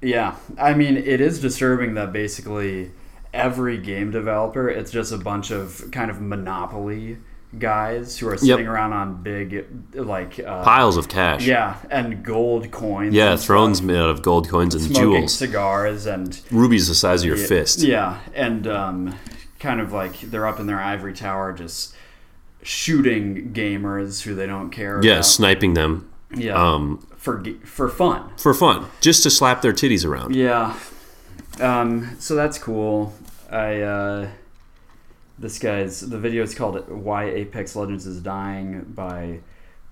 [SPEAKER 2] yeah, I mean it is disturbing that basically every game developer it's just a bunch of kind of monopoly guys who are sitting around on big like uh,
[SPEAKER 1] piles of cash.
[SPEAKER 2] yeah, and gold coins.
[SPEAKER 1] yeah,
[SPEAKER 2] and
[SPEAKER 1] thrones made out of gold coins and
[SPEAKER 2] smoking
[SPEAKER 1] jewels,
[SPEAKER 2] cigars, and
[SPEAKER 1] rubies the size of your fist.
[SPEAKER 2] yeah, and um, kind of like they're up in their ivory tower, just shooting gamers who they don't care.
[SPEAKER 1] Yeah,
[SPEAKER 2] about.
[SPEAKER 1] sniping them
[SPEAKER 2] yeah,
[SPEAKER 1] um,
[SPEAKER 2] for g- for fun.
[SPEAKER 1] for fun, just to slap their titties around.
[SPEAKER 2] Yeah, um, so that's cool. I uh, this guy's the video is called "Why Apex Legends Is Dying" by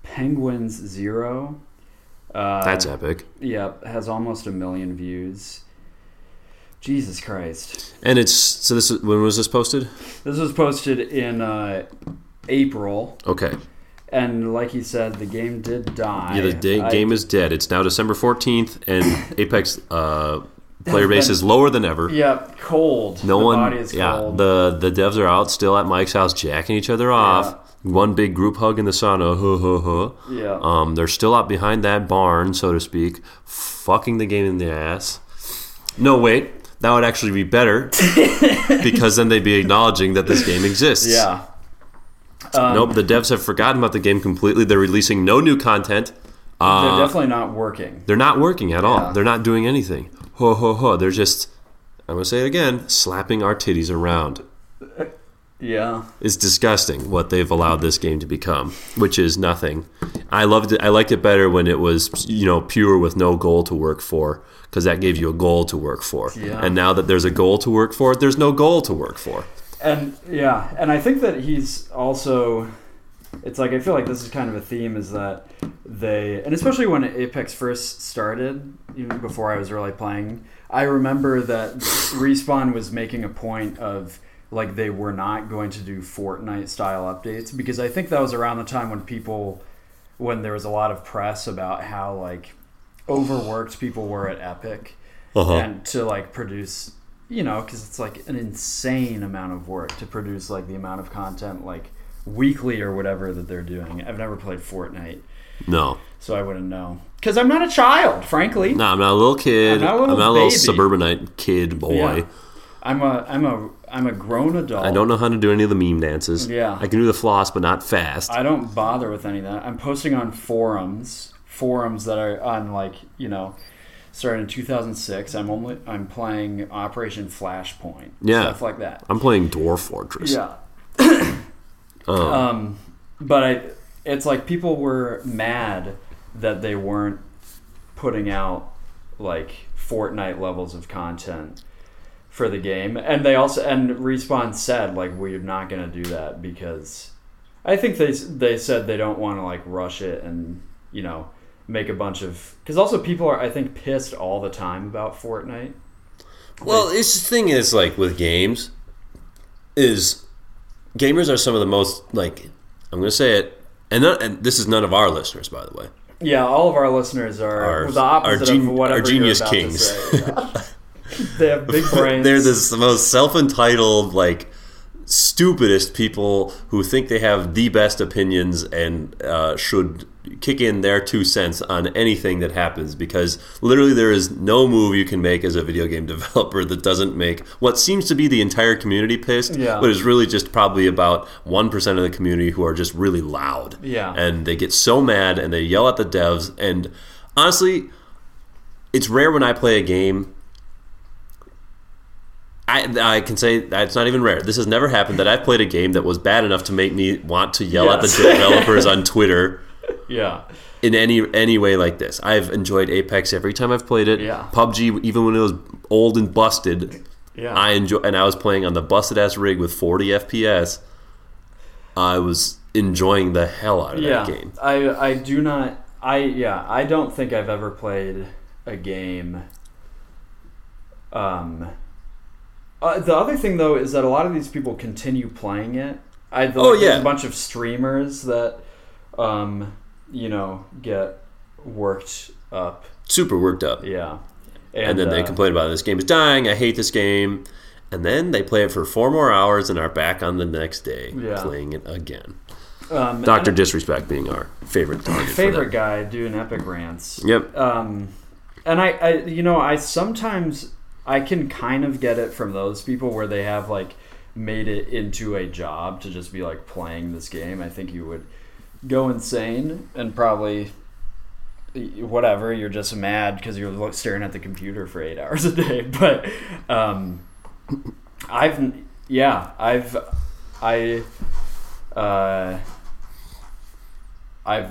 [SPEAKER 2] Penguins Zero. Uh,
[SPEAKER 1] That's epic.
[SPEAKER 2] Yep, has almost a million views. Jesus Christ.
[SPEAKER 1] And it's so. This is, when was this posted?
[SPEAKER 2] This was posted in uh, April,
[SPEAKER 1] Okay.
[SPEAKER 2] and like he said, the game did die.
[SPEAKER 1] Yeah, the day,
[SPEAKER 2] I-
[SPEAKER 1] game is dead. It's now December 14th, and Apex uh, Player base is lower than ever.
[SPEAKER 2] Yeah, cold.
[SPEAKER 1] No
[SPEAKER 2] the
[SPEAKER 1] one.
[SPEAKER 2] Body is
[SPEAKER 1] yeah,
[SPEAKER 2] cold.
[SPEAKER 1] the the devs are out still at Mike's house, jacking each other off. One big group hug in the sauna. Huh, huh, huh.
[SPEAKER 2] yeah.
[SPEAKER 1] Um, they're still out behind that barn, so to speak, fucking the game in the ass. No, wait, that would actually be better because then they'd be acknowledging that this game exists.
[SPEAKER 2] yeah. Um,
[SPEAKER 1] nope, the devs have forgotten about the game completely. They're releasing no new content.
[SPEAKER 2] They're
[SPEAKER 1] Uh,
[SPEAKER 2] definitely not working.
[SPEAKER 1] they're not working at all.
[SPEAKER 2] Yeah.
[SPEAKER 1] They're not doing anything. Ho ho ho. They're just, I'm gonna say it again, slapping our titties around.
[SPEAKER 2] Yeah.
[SPEAKER 1] It's disgusting what they've allowed this game to become, which is nothing. I loved it. I liked it better when it was, you know, pure with no goal to work for, because that gave you a goal to work for.
[SPEAKER 2] Yeah.
[SPEAKER 1] And now that there's a goal to work for, there's no goal to work for.
[SPEAKER 2] and yeah and i think that he's also it's like i feel like this is kind of a theme is that they and especially when apex first started even before i was really playing i remember that respawn was making a point of like they were not going to do fortnite style updates because i think that was around the time when people when there was a lot of press about how like overworked people were at epic
[SPEAKER 1] Uh-huh.
[SPEAKER 2] and to like produce you know because it's like an insane amount of work to produce like the amount of content like weekly or whatever that they're doing i've never played fortnite
[SPEAKER 1] No.
[SPEAKER 2] so i wouldn't know because i'm not a child frankly
[SPEAKER 1] No, I'm not a little kid.
[SPEAKER 2] I'm not a little baby.
[SPEAKER 1] suburbanite kid boy.
[SPEAKER 2] Yeah. i'm a i'm a i'm a grown adult
[SPEAKER 1] I don't know how to do any of the meme dances.
[SPEAKER 2] Yeah.
[SPEAKER 1] I can do the floss, but not fast.
[SPEAKER 2] I don't bother with any of that. I'm posting on forums, forums that are on like you know, started in 2006. I'm only I'm playing Operation Flashpoint,
[SPEAKER 1] Yeah.
[SPEAKER 2] stuff like that.
[SPEAKER 1] I'm playing Dwarf Fortress.
[SPEAKER 2] Yeah. um, but I, it's like people were mad that they weren't putting out like Fortnite levels of content for the game, and they also and Respawn said like we're not going to do that because I think they they said they don't want to like rush it and you know make a bunch of because also people are I think pissed all the time about Fortnite.
[SPEAKER 1] Well, it's the thing is like with games, is gamers are some of the most like I'm going to say it, and, none, and this is none of our listeners, by the way.
[SPEAKER 2] Yeah, all of our listeners are
[SPEAKER 1] Our-
[SPEAKER 2] the opposite
[SPEAKER 1] our gen-
[SPEAKER 2] of whatever
[SPEAKER 1] our genius
[SPEAKER 2] you're about
[SPEAKER 1] kings.
[SPEAKER 2] To say. Yeah. they have big brains.
[SPEAKER 1] They're this, the most self-entitled, like stupidest people who think they have the best opinions and uh, should kick in their two cents on anything that happens because literally there is no move you can make as a video game developer that doesn't make what seems to be the entire community pissed
[SPEAKER 2] Yeah.
[SPEAKER 1] but is really just probably about 1% of the community who are just really loud
[SPEAKER 2] Yeah.
[SPEAKER 1] and they get so mad and they yell at the devs and honestly it's rare when I play a game. I, I can say that's not even rare. This has never happened that I've played a game that was bad enough to make me want to yell
[SPEAKER 2] Yes.
[SPEAKER 1] at the developers on Twitter
[SPEAKER 2] yeah,
[SPEAKER 1] in any any way like this. I've enjoyed Apex every time I've played it.
[SPEAKER 2] Yeah.
[SPEAKER 1] PUBG, even when it was old and busted,
[SPEAKER 2] yeah.
[SPEAKER 1] I enjoy and I was playing on the busted ass rig with 40 FPS. I was enjoying the hell out of
[SPEAKER 2] yeah.
[SPEAKER 1] that game.
[SPEAKER 2] I I do not. I yeah. I don't think I've ever played a game. Um. Uh, the other thing though is that a lot of these people continue playing it. I like,
[SPEAKER 1] Oh,
[SPEAKER 2] there's
[SPEAKER 1] yeah.
[SPEAKER 2] a bunch of streamers that, um, you know, get worked up.
[SPEAKER 1] Super worked up.
[SPEAKER 2] Yeah.
[SPEAKER 1] and then they
[SPEAKER 2] uh,
[SPEAKER 1] complain about this game is dying. I hate this game. And then they play it for four more hours and are back on the next day
[SPEAKER 2] Yeah.
[SPEAKER 1] playing it again.
[SPEAKER 2] um,
[SPEAKER 1] Doctor
[SPEAKER 2] and
[SPEAKER 1] Disrespect being our favorite target. for
[SPEAKER 2] favorite
[SPEAKER 1] that.
[SPEAKER 2] guy doing epic rants.
[SPEAKER 1] Yep.
[SPEAKER 2] Um, and I, I, you know, I sometimes I can kind of get it from those people where they have like made it into a job to just be like playing this game. I think you would go insane and probably whatever you're just mad because you're lo- staring at the computer for eight hours a day but um i've yeah i've i uh i've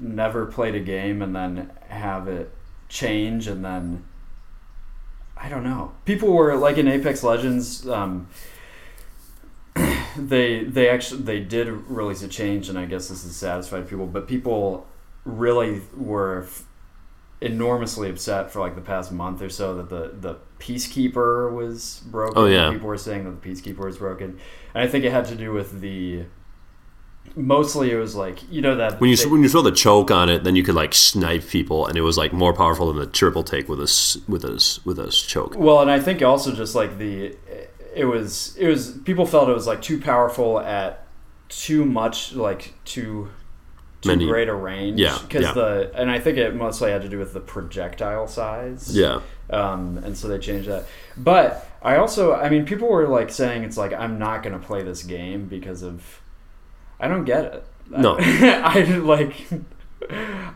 [SPEAKER 2] never played a game and then have it change and then i don't know people were like in apex legends um they they actually they did release a change and i guess this has satisfied people but people really were f- enormously upset for like the past month or so that the the peacekeeper was broken
[SPEAKER 1] Oh, yeah.
[SPEAKER 2] people were saying that the peacekeeper was broken and i think it had to do with the mostly it was like you know that
[SPEAKER 1] When you
[SPEAKER 2] they-
[SPEAKER 1] when you throw the choke on it, then you could like snipe people, and it was like more powerful than the triple take with a s- with a s- with a s- choke.
[SPEAKER 2] Well, and I think also just like the it was it was people felt it was like too powerful at too much like too too
[SPEAKER 1] Many-
[SPEAKER 2] great a range.
[SPEAKER 1] Yeah,
[SPEAKER 2] because
[SPEAKER 1] yeah.
[SPEAKER 2] the and I think it mostly had to do with the projectile size.
[SPEAKER 1] Yeah,
[SPEAKER 2] um, and so they changed that. But I also I mean people were like saying it's like I'm not gonna play this game because of I don't get it.
[SPEAKER 1] No.
[SPEAKER 2] I like.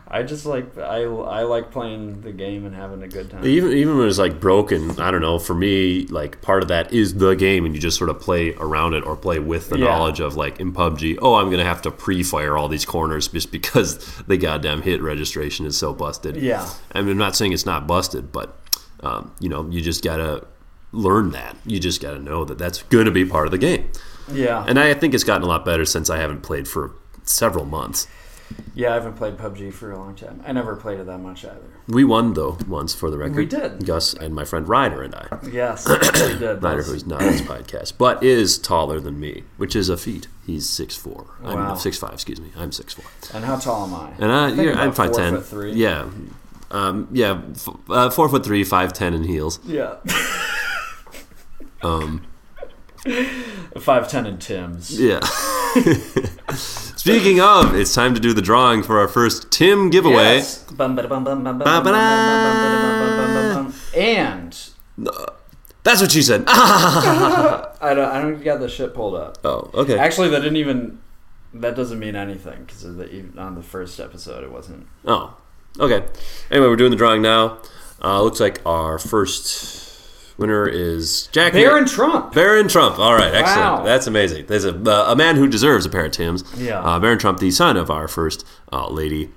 [SPEAKER 2] I just like I, I like playing the game and having a good time.
[SPEAKER 1] even even when it's like broken, I don't know. For me, like part of that is the game, and you just sort of play around it or play with the
[SPEAKER 2] Yeah.
[SPEAKER 1] knowledge of like in PUBG. Oh, I'm gonna have to pre-fire all these corners just because the goddamn hit registration is so busted.
[SPEAKER 2] Yeah.
[SPEAKER 1] I mean, I'm not saying it's not busted, but um, you know, you just gotta learn that. You just gotta know that that's gonna be part of the game.
[SPEAKER 2] yeah.
[SPEAKER 1] And I think it's gotten a lot better since I haven't played for several months.
[SPEAKER 2] Yeah, I haven't played PUBG for a long time. I never played it that much either.
[SPEAKER 1] We won though once for the record.
[SPEAKER 2] We did.
[SPEAKER 1] Gus and my friend Ryder and I.
[SPEAKER 2] Yes, we did.
[SPEAKER 1] Ryder, who's not on this podcast, but is taller than me, which is a feat. He's six four.
[SPEAKER 2] Wow.
[SPEAKER 1] I'm six five. Excuse me. I'm six four.
[SPEAKER 2] And how tall am I?
[SPEAKER 1] And I,
[SPEAKER 2] think
[SPEAKER 1] you're, I'm
[SPEAKER 2] about
[SPEAKER 1] five
[SPEAKER 2] four
[SPEAKER 1] ten.
[SPEAKER 2] foot three.
[SPEAKER 1] Yeah, um, yeah. F- uh, four foot three, five ten in heels.
[SPEAKER 2] Yeah. um. Five ten and Tim's.
[SPEAKER 1] Yeah. Speaking of, it's time to do the drawing for our first Tim giveaway.
[SPEAKER 2] Yes. Bum, ba, da, bum, bum, bum, bum,
[SPEAKER 1] Ba, ba,
[SPEAKER 2] bum, bum,
[SPEAKER 1] da.
[SPEAKER 2] bum, bum, bum, bum, bum. And
[SPEAKER 1] That's what she said. Ah!
[SPEAKER 2] I don't, I don't got the shit pulled up.
[SPEAKER 1] oh, okay.
[SPEAKER 2] Actually, that didn't even. That doesn't mean anything because on the first episode it wasn't.
[SPEAKER 1] Oh, okay. Anyway, we're doing the drawing now. Uh, looks like our first winner is Jack
[SPEAKER 2] Barron Trump.
[SPEAKER 1] Barron Trump. All right, excellent.
[SPEAKER 2] Wow.
[SPEAKER 1] That's amazing. There's a uh, a man who deserves a pair of Tims.
[SPEAKER 2] Yeah.
[SPEAKER 1] Uh, Barron Trump, the son of our first uh, lady,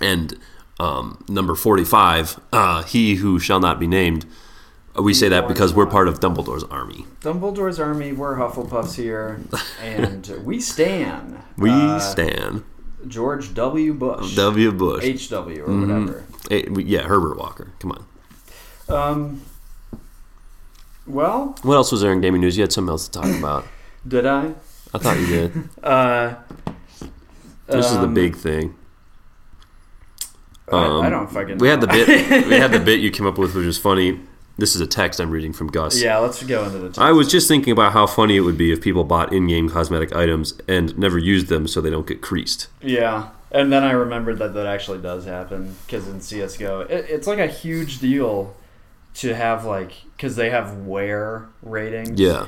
[SPEAKER 1] and um, number forty-five, uh, he who shall not be named. Uh, We say that because we're part of Dumbledore's army.
[SPEAKER 2] Dumbledore's army. We're Hufflepuffs here, and we stan.
[SPEAKER 1] We
[SPEAKER 2] Uh,
[SPEAKER 1] stand
[SPEAKER 2] George W. Bush.
[SPEAKER 1] W. Bush.
[SPEAKER 2] HW or whatever.
[SPEAKER 1] Eh, we- yeah, Herbert Walker. Come on.
[SPEAKER 2] Um, well,
[SPEAKER 1] What else was there in gaming news? You had something else to talk about.
[SPEAKER 2] did I?
[SPEAKER 1] I thought you did.
[SPEAKER 2] Uh,
[SPEAKER 1] This is the
[SPEAKER 2] um,
[SPEAKER 1] big thing.
[SPEAKER 2] I- I,
[SPEAKER 1] Um,
[SPEAKER 2] don't fucking.
[SPEAKER 1] We had the bit. we had the bit you came up with, which is funny. This is a text I'm reading from Gus.
[SPEAKER 2] yeah, let's go into the. T-
[SPEAKER 1] I was just thinking about how funny it would be if people bought in-game cosmetic items and never used them so they don't get creased.
[SPEAKER 2] yeah, and then I remembered that that actually does happen because in CS:GO, it, it's like a huge deal to have like because they have wear ratings.
[SPEAKER 1] Yeah.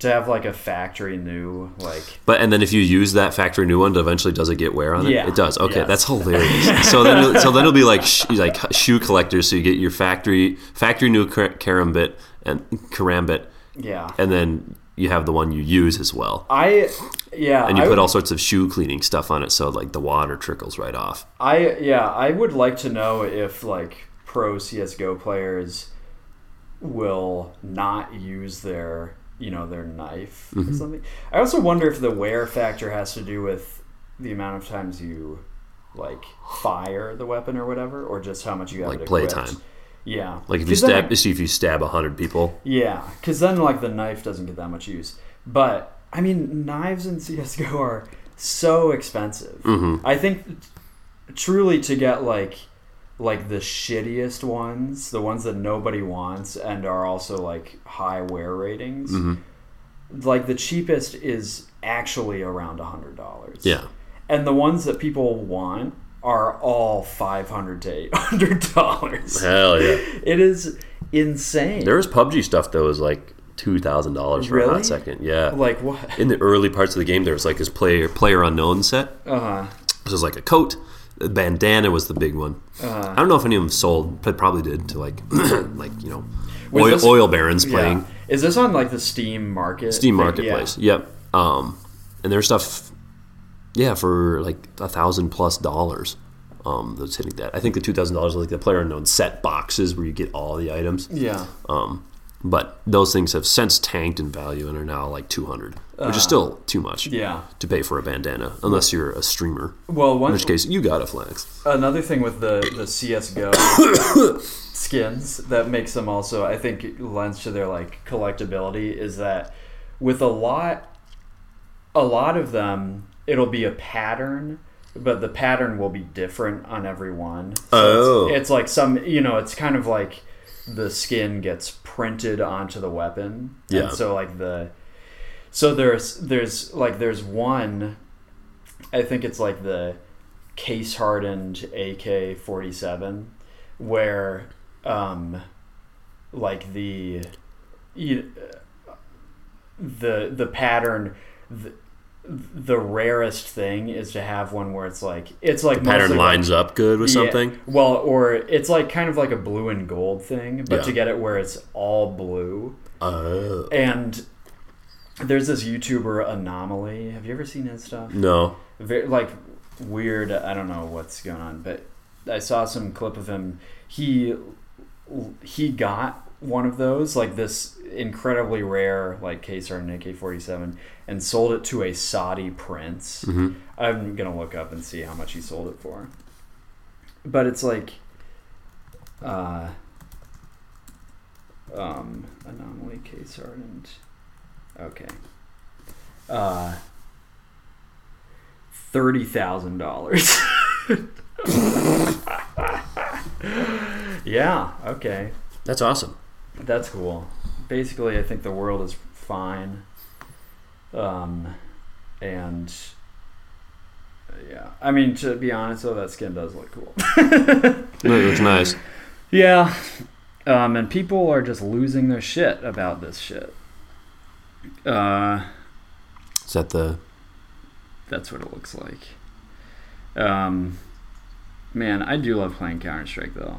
[SPEAKER 2] To have like a factory new like.
[SPEAKER 1] But and then if you use that factory new one, eventually does it get wear on it?
[SPEAKER 2] Yeah.
[SPEAKER 1] It does. Okay,
[SPEAKER 2] Yeah.
[SPEAKER 1] that's hilarious. so then, it'll- so then it'll be like sh- like shoe collectors. So you get your factory factory new car- carambit and carambit,
[SPEAKER 2] Yeah.
[SPEAKER 1] and then you have the one you use as well.
[SPEAKER 2] I yeah.
[SPEAKER 1] And you
[SPEAKER 2] I
[SPEAKER 1] put
[SPEAKER 2] would-
[SPEAKER 1] all sorts of shoe cleaning stuff on it, so like the water trickles right off.
[SPEAKER 2] I yeah, I would like to know if like pro CS:GO players will not use their you know their knife or
[SPEAKER 1] Mm-hmm.
[SPEAKER 2] something. I also wonder if the wear factor has to do with the amount of times you like fire the weapon or whatever, or just how much you have
[SPEAKER 1] Like
[SPEAKER 2] it
[SPEAKER 1] play
[SPEAKER 2] equipped.
[SPEAKER 1] time.
[SPEAKER 2] Yeah,
[SPEAKER 1] Like if you
[SPEAKER 2] 'Cause then,
[SPEAKER 1] stab, see if you stab hundred people.
[SPEAKER 2] yeah, because then like the knife doesn't get that much use. But I mean, knives in CS:GO are so expensive.
[SPEAKER 1] Mm-hmm.
[SPEAKER 2] I think truly to get like like the shittiest ones, the ones that nobody wants and are also like high wear ratings.
[SPEAKER 1] Mm-hmm.
[SPEAKER 2] Like the cheapest is actually around a hundred dollars.
[SPEAKER 1] Yeah.
[SPEAKER 2] and the ones that people want are all five hundred to eight hundred dollars.
[SPEAKER 1] Hell yeah.
[SPEAKER 2] It is insane.
[SPEAKER 1] There was PUBG stuff that was like two thousand dollars for a
[SPEAKER 2] Really?
[SPEAKER 1] hot second. Yeah.
[SPEAKER 2] like what?
[SPEAKER 1] in the early parts of the game, there was like this player player unknown set.
[SPEAKER 2] Uh huh.
[SPEAKER 1] This was like a coat, a bandana was the big one.
[SPEAKER 2] Uh-huh.
[SPEAKER 1] I don't know if any of them sold, but probably did to like like you know
[SPEAKER 2] Was
[SPEAKER 1] oil,
[SPEAKER 2] this-
[SPEAKER 1] oil barons playing
[SPEAKER 2] Yeah. Is this on like the Steam market?
[SPEAKER 1] Steam
[SPEAKER 2] thing?
[SPEAKER 1] Marketplace. Yep. Um, and there's stuff, yeah, for like a thousand plus dollars. Um, that's hitting that. I think the two thousand dollars like the player unknown set boxes where you get all the items.
[SPEAKER 2] Yeah.
[SPEAKER 1] Uh,
[SPEAKER 2] yeah.
[SPEAKER 1] But those things have since tanked in value and are now like 200, which is still too much
[SPEAKER 2] Uh, Yeah.
[SPEAKER 1] to pay for a bandana, unless you're a streamer.
[SPEAKER 2] Well, one
[SPEAKER 1] In which case, you got a flex.
[SPEAKER 2] another thing with the the CS:GO skins that makes them also, I think, lends to their like collectability is that with a lot, a lot of them it'll be a pattern, but the pattern will be different on every one.
[SPEAKER 1] Oh.
[SPEAKER 2] it's, it's like some you know, it's kind of like the skin gets printed onto the weapon.
[SPEAKER 1] Yeah.
[SPEAKER 2] And so like the so there's there's like there's one I think it's like the case hardened AK forty seven where um like the you, the the pattern the, the rarest thing is to have one where it's like it's like
[SPEAKER 1] Pattern
[SPEAKER 2] mostly-
[SPEAKER 1] lines up good with
[SPEAKER 2] yeah.
[SPEAKER 1] something.
[SPEAKER 2] Well, or it's like kind of like a blue and gold thing, but
[SPEAKER 1] Yeah.
[SPEAKER 2] to get it where it's all blue.
[SPEAKER 1] Oh.
[SPEAKER 2] And there's this YouTuber Anomaly. Have you ever seen his stuff?
[SPEAKER 1] No.
[SPEAKER 2] Very, like weird. I don't know what's going on, but I saw some clip of him. He he got one of those, like this incredibly rare, like K-Star AK forty seven, and sold it to a Saudi prince. I'm gonna look up and see how much he sold it for. But it's like, uh, um, anomaly K Sardent. Okay. Uh, thirty thousand dollars. yeah. Okay.
[SPEAKER 1] That's awesome.
[SPEAKER 2] That's cool. Basically, I think the world is fine. Um, and uh, yeah, I mean to be honest though, that skin does look cool.
[SPEAKER 1] That's nice.
[SPEAKER 2] yeah, um, and people are just losing their shit about this shit. Uh,
[SPEAKER 1] Is that the
[SPEAKER 2] that's what it looks like. Um, man, I do love playing Counter Strike though.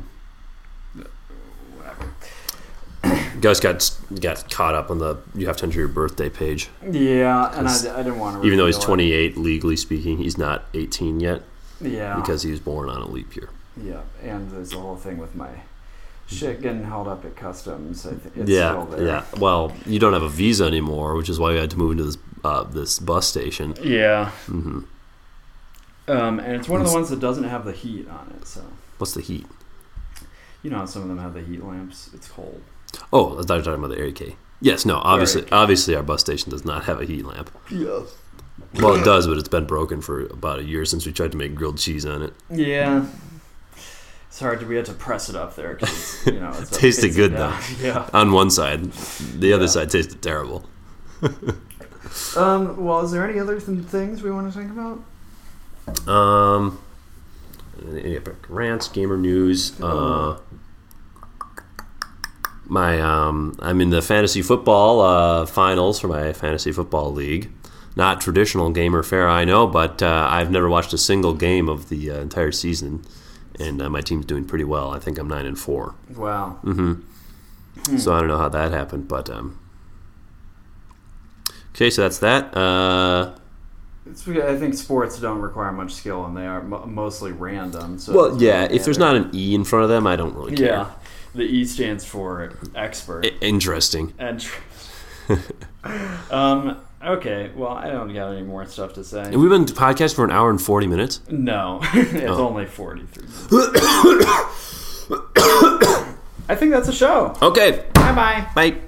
[SPEAKER 1] Gus got got caught up on the you have to enter your birthday page.
[SPEAKER 2] Yeah, and
[SPEAKER 1] I-
[SPEAKER 2] I, didn't want to.
[SPEAKER 1] Even though he's 28 legally speaking, he's not 18 yet
[SPEAKER 2] Yeah.
[SPEAKER 1] because he was born on a leap year.
[SPEAKER 2] Yeah, and there's the whole thing with my shit getting held up at customs. I think it's still
[SPEAKER 1] yeah,
[SPEAKER 2] there.
[SPEAKER 1] yeah. Well, you don't have a visa anymore, which is why you had to move into this uh, this bus station.
[SPEAKER 2] yeah.
[SPEAKER 1] hmm
[SPEAKER 2] Um, and it's one of the ones that doesn't have the heat on it, so
[SPEAKER 1] What's the heat?
[SPEAKER 2] you know how some of them have the heat lamps. It's cold.
[SPEAKER 1] Oh, I thought you were talking about the AK. Yes, no. Obviously,
[SPEAKER 2] Eric.
[SPEAKER 1] obviously, our bus station does not have a heat lamp.
[SPEAKER 2] Yeah.
[SPEAKER 1] Well, it does, but it's been broken for about a year since we tried to make grilled cheese on it.
[SPEAKER 2] Yeah. It's hard. to- We had to press it up there because you know it's up-
[SPEAKER 1] Tasted
[SPEAKER 2] it's
[SPEAKER 1] good,
[SPEAKER 2] down. Yeah.
[SPEAKER 1] On one side, the other
[SPEAKER 2] Yeah.
[SPEAKER 1] side tasted terrible.
[SPEAKER 2] Um. Well, is there any other th- things we want to think about?
[SPEAKER 1] Um, any epic rants, gamer news. Uh, my um, I'm in the fantasy football uh, finals for my fantasy football league. Not traditional gamer fare, I know, but uh, I've never watched a single game of the uh, entire season, and uh, my team's doing pretty well. I think I'm nine and 4
[SPEAKER 2] Wow.
[SPEAKER 1] so I don't know how that happened, but um. Okay, so that's that. Uh,
[SPEAKER 2] It's, I think sports don't require much skill, and they are mo mostly random. So it
[SPEAKER 1] well,
[SPEAKER 2] doesn't
[SPEAKER 1] yeah.
[SPEAKER 2] really
[SPEAKER 1] If there's
[SPEAKER 2] matter.
[SPEAKER 1] not an E in front of them, I don't really care.
[SPEAKER 2] yeah, the E stands for expert.
[SPEAKER 1] I- interesting.
[SPEAKER 2] and um okay well i don't got any more stuff to say
[SPEAKER 1] And we've been podcast for an hour and 40 minutes.
[SPEAKER 2] no it's
[SPEAKER 1] Oh.
[SPEAKER 2] only 43 minutes. i think that's a show
[SPEAKER 1] Okay.
[SPEAKER 2] bye bye
[SPEAKER 1] Bye.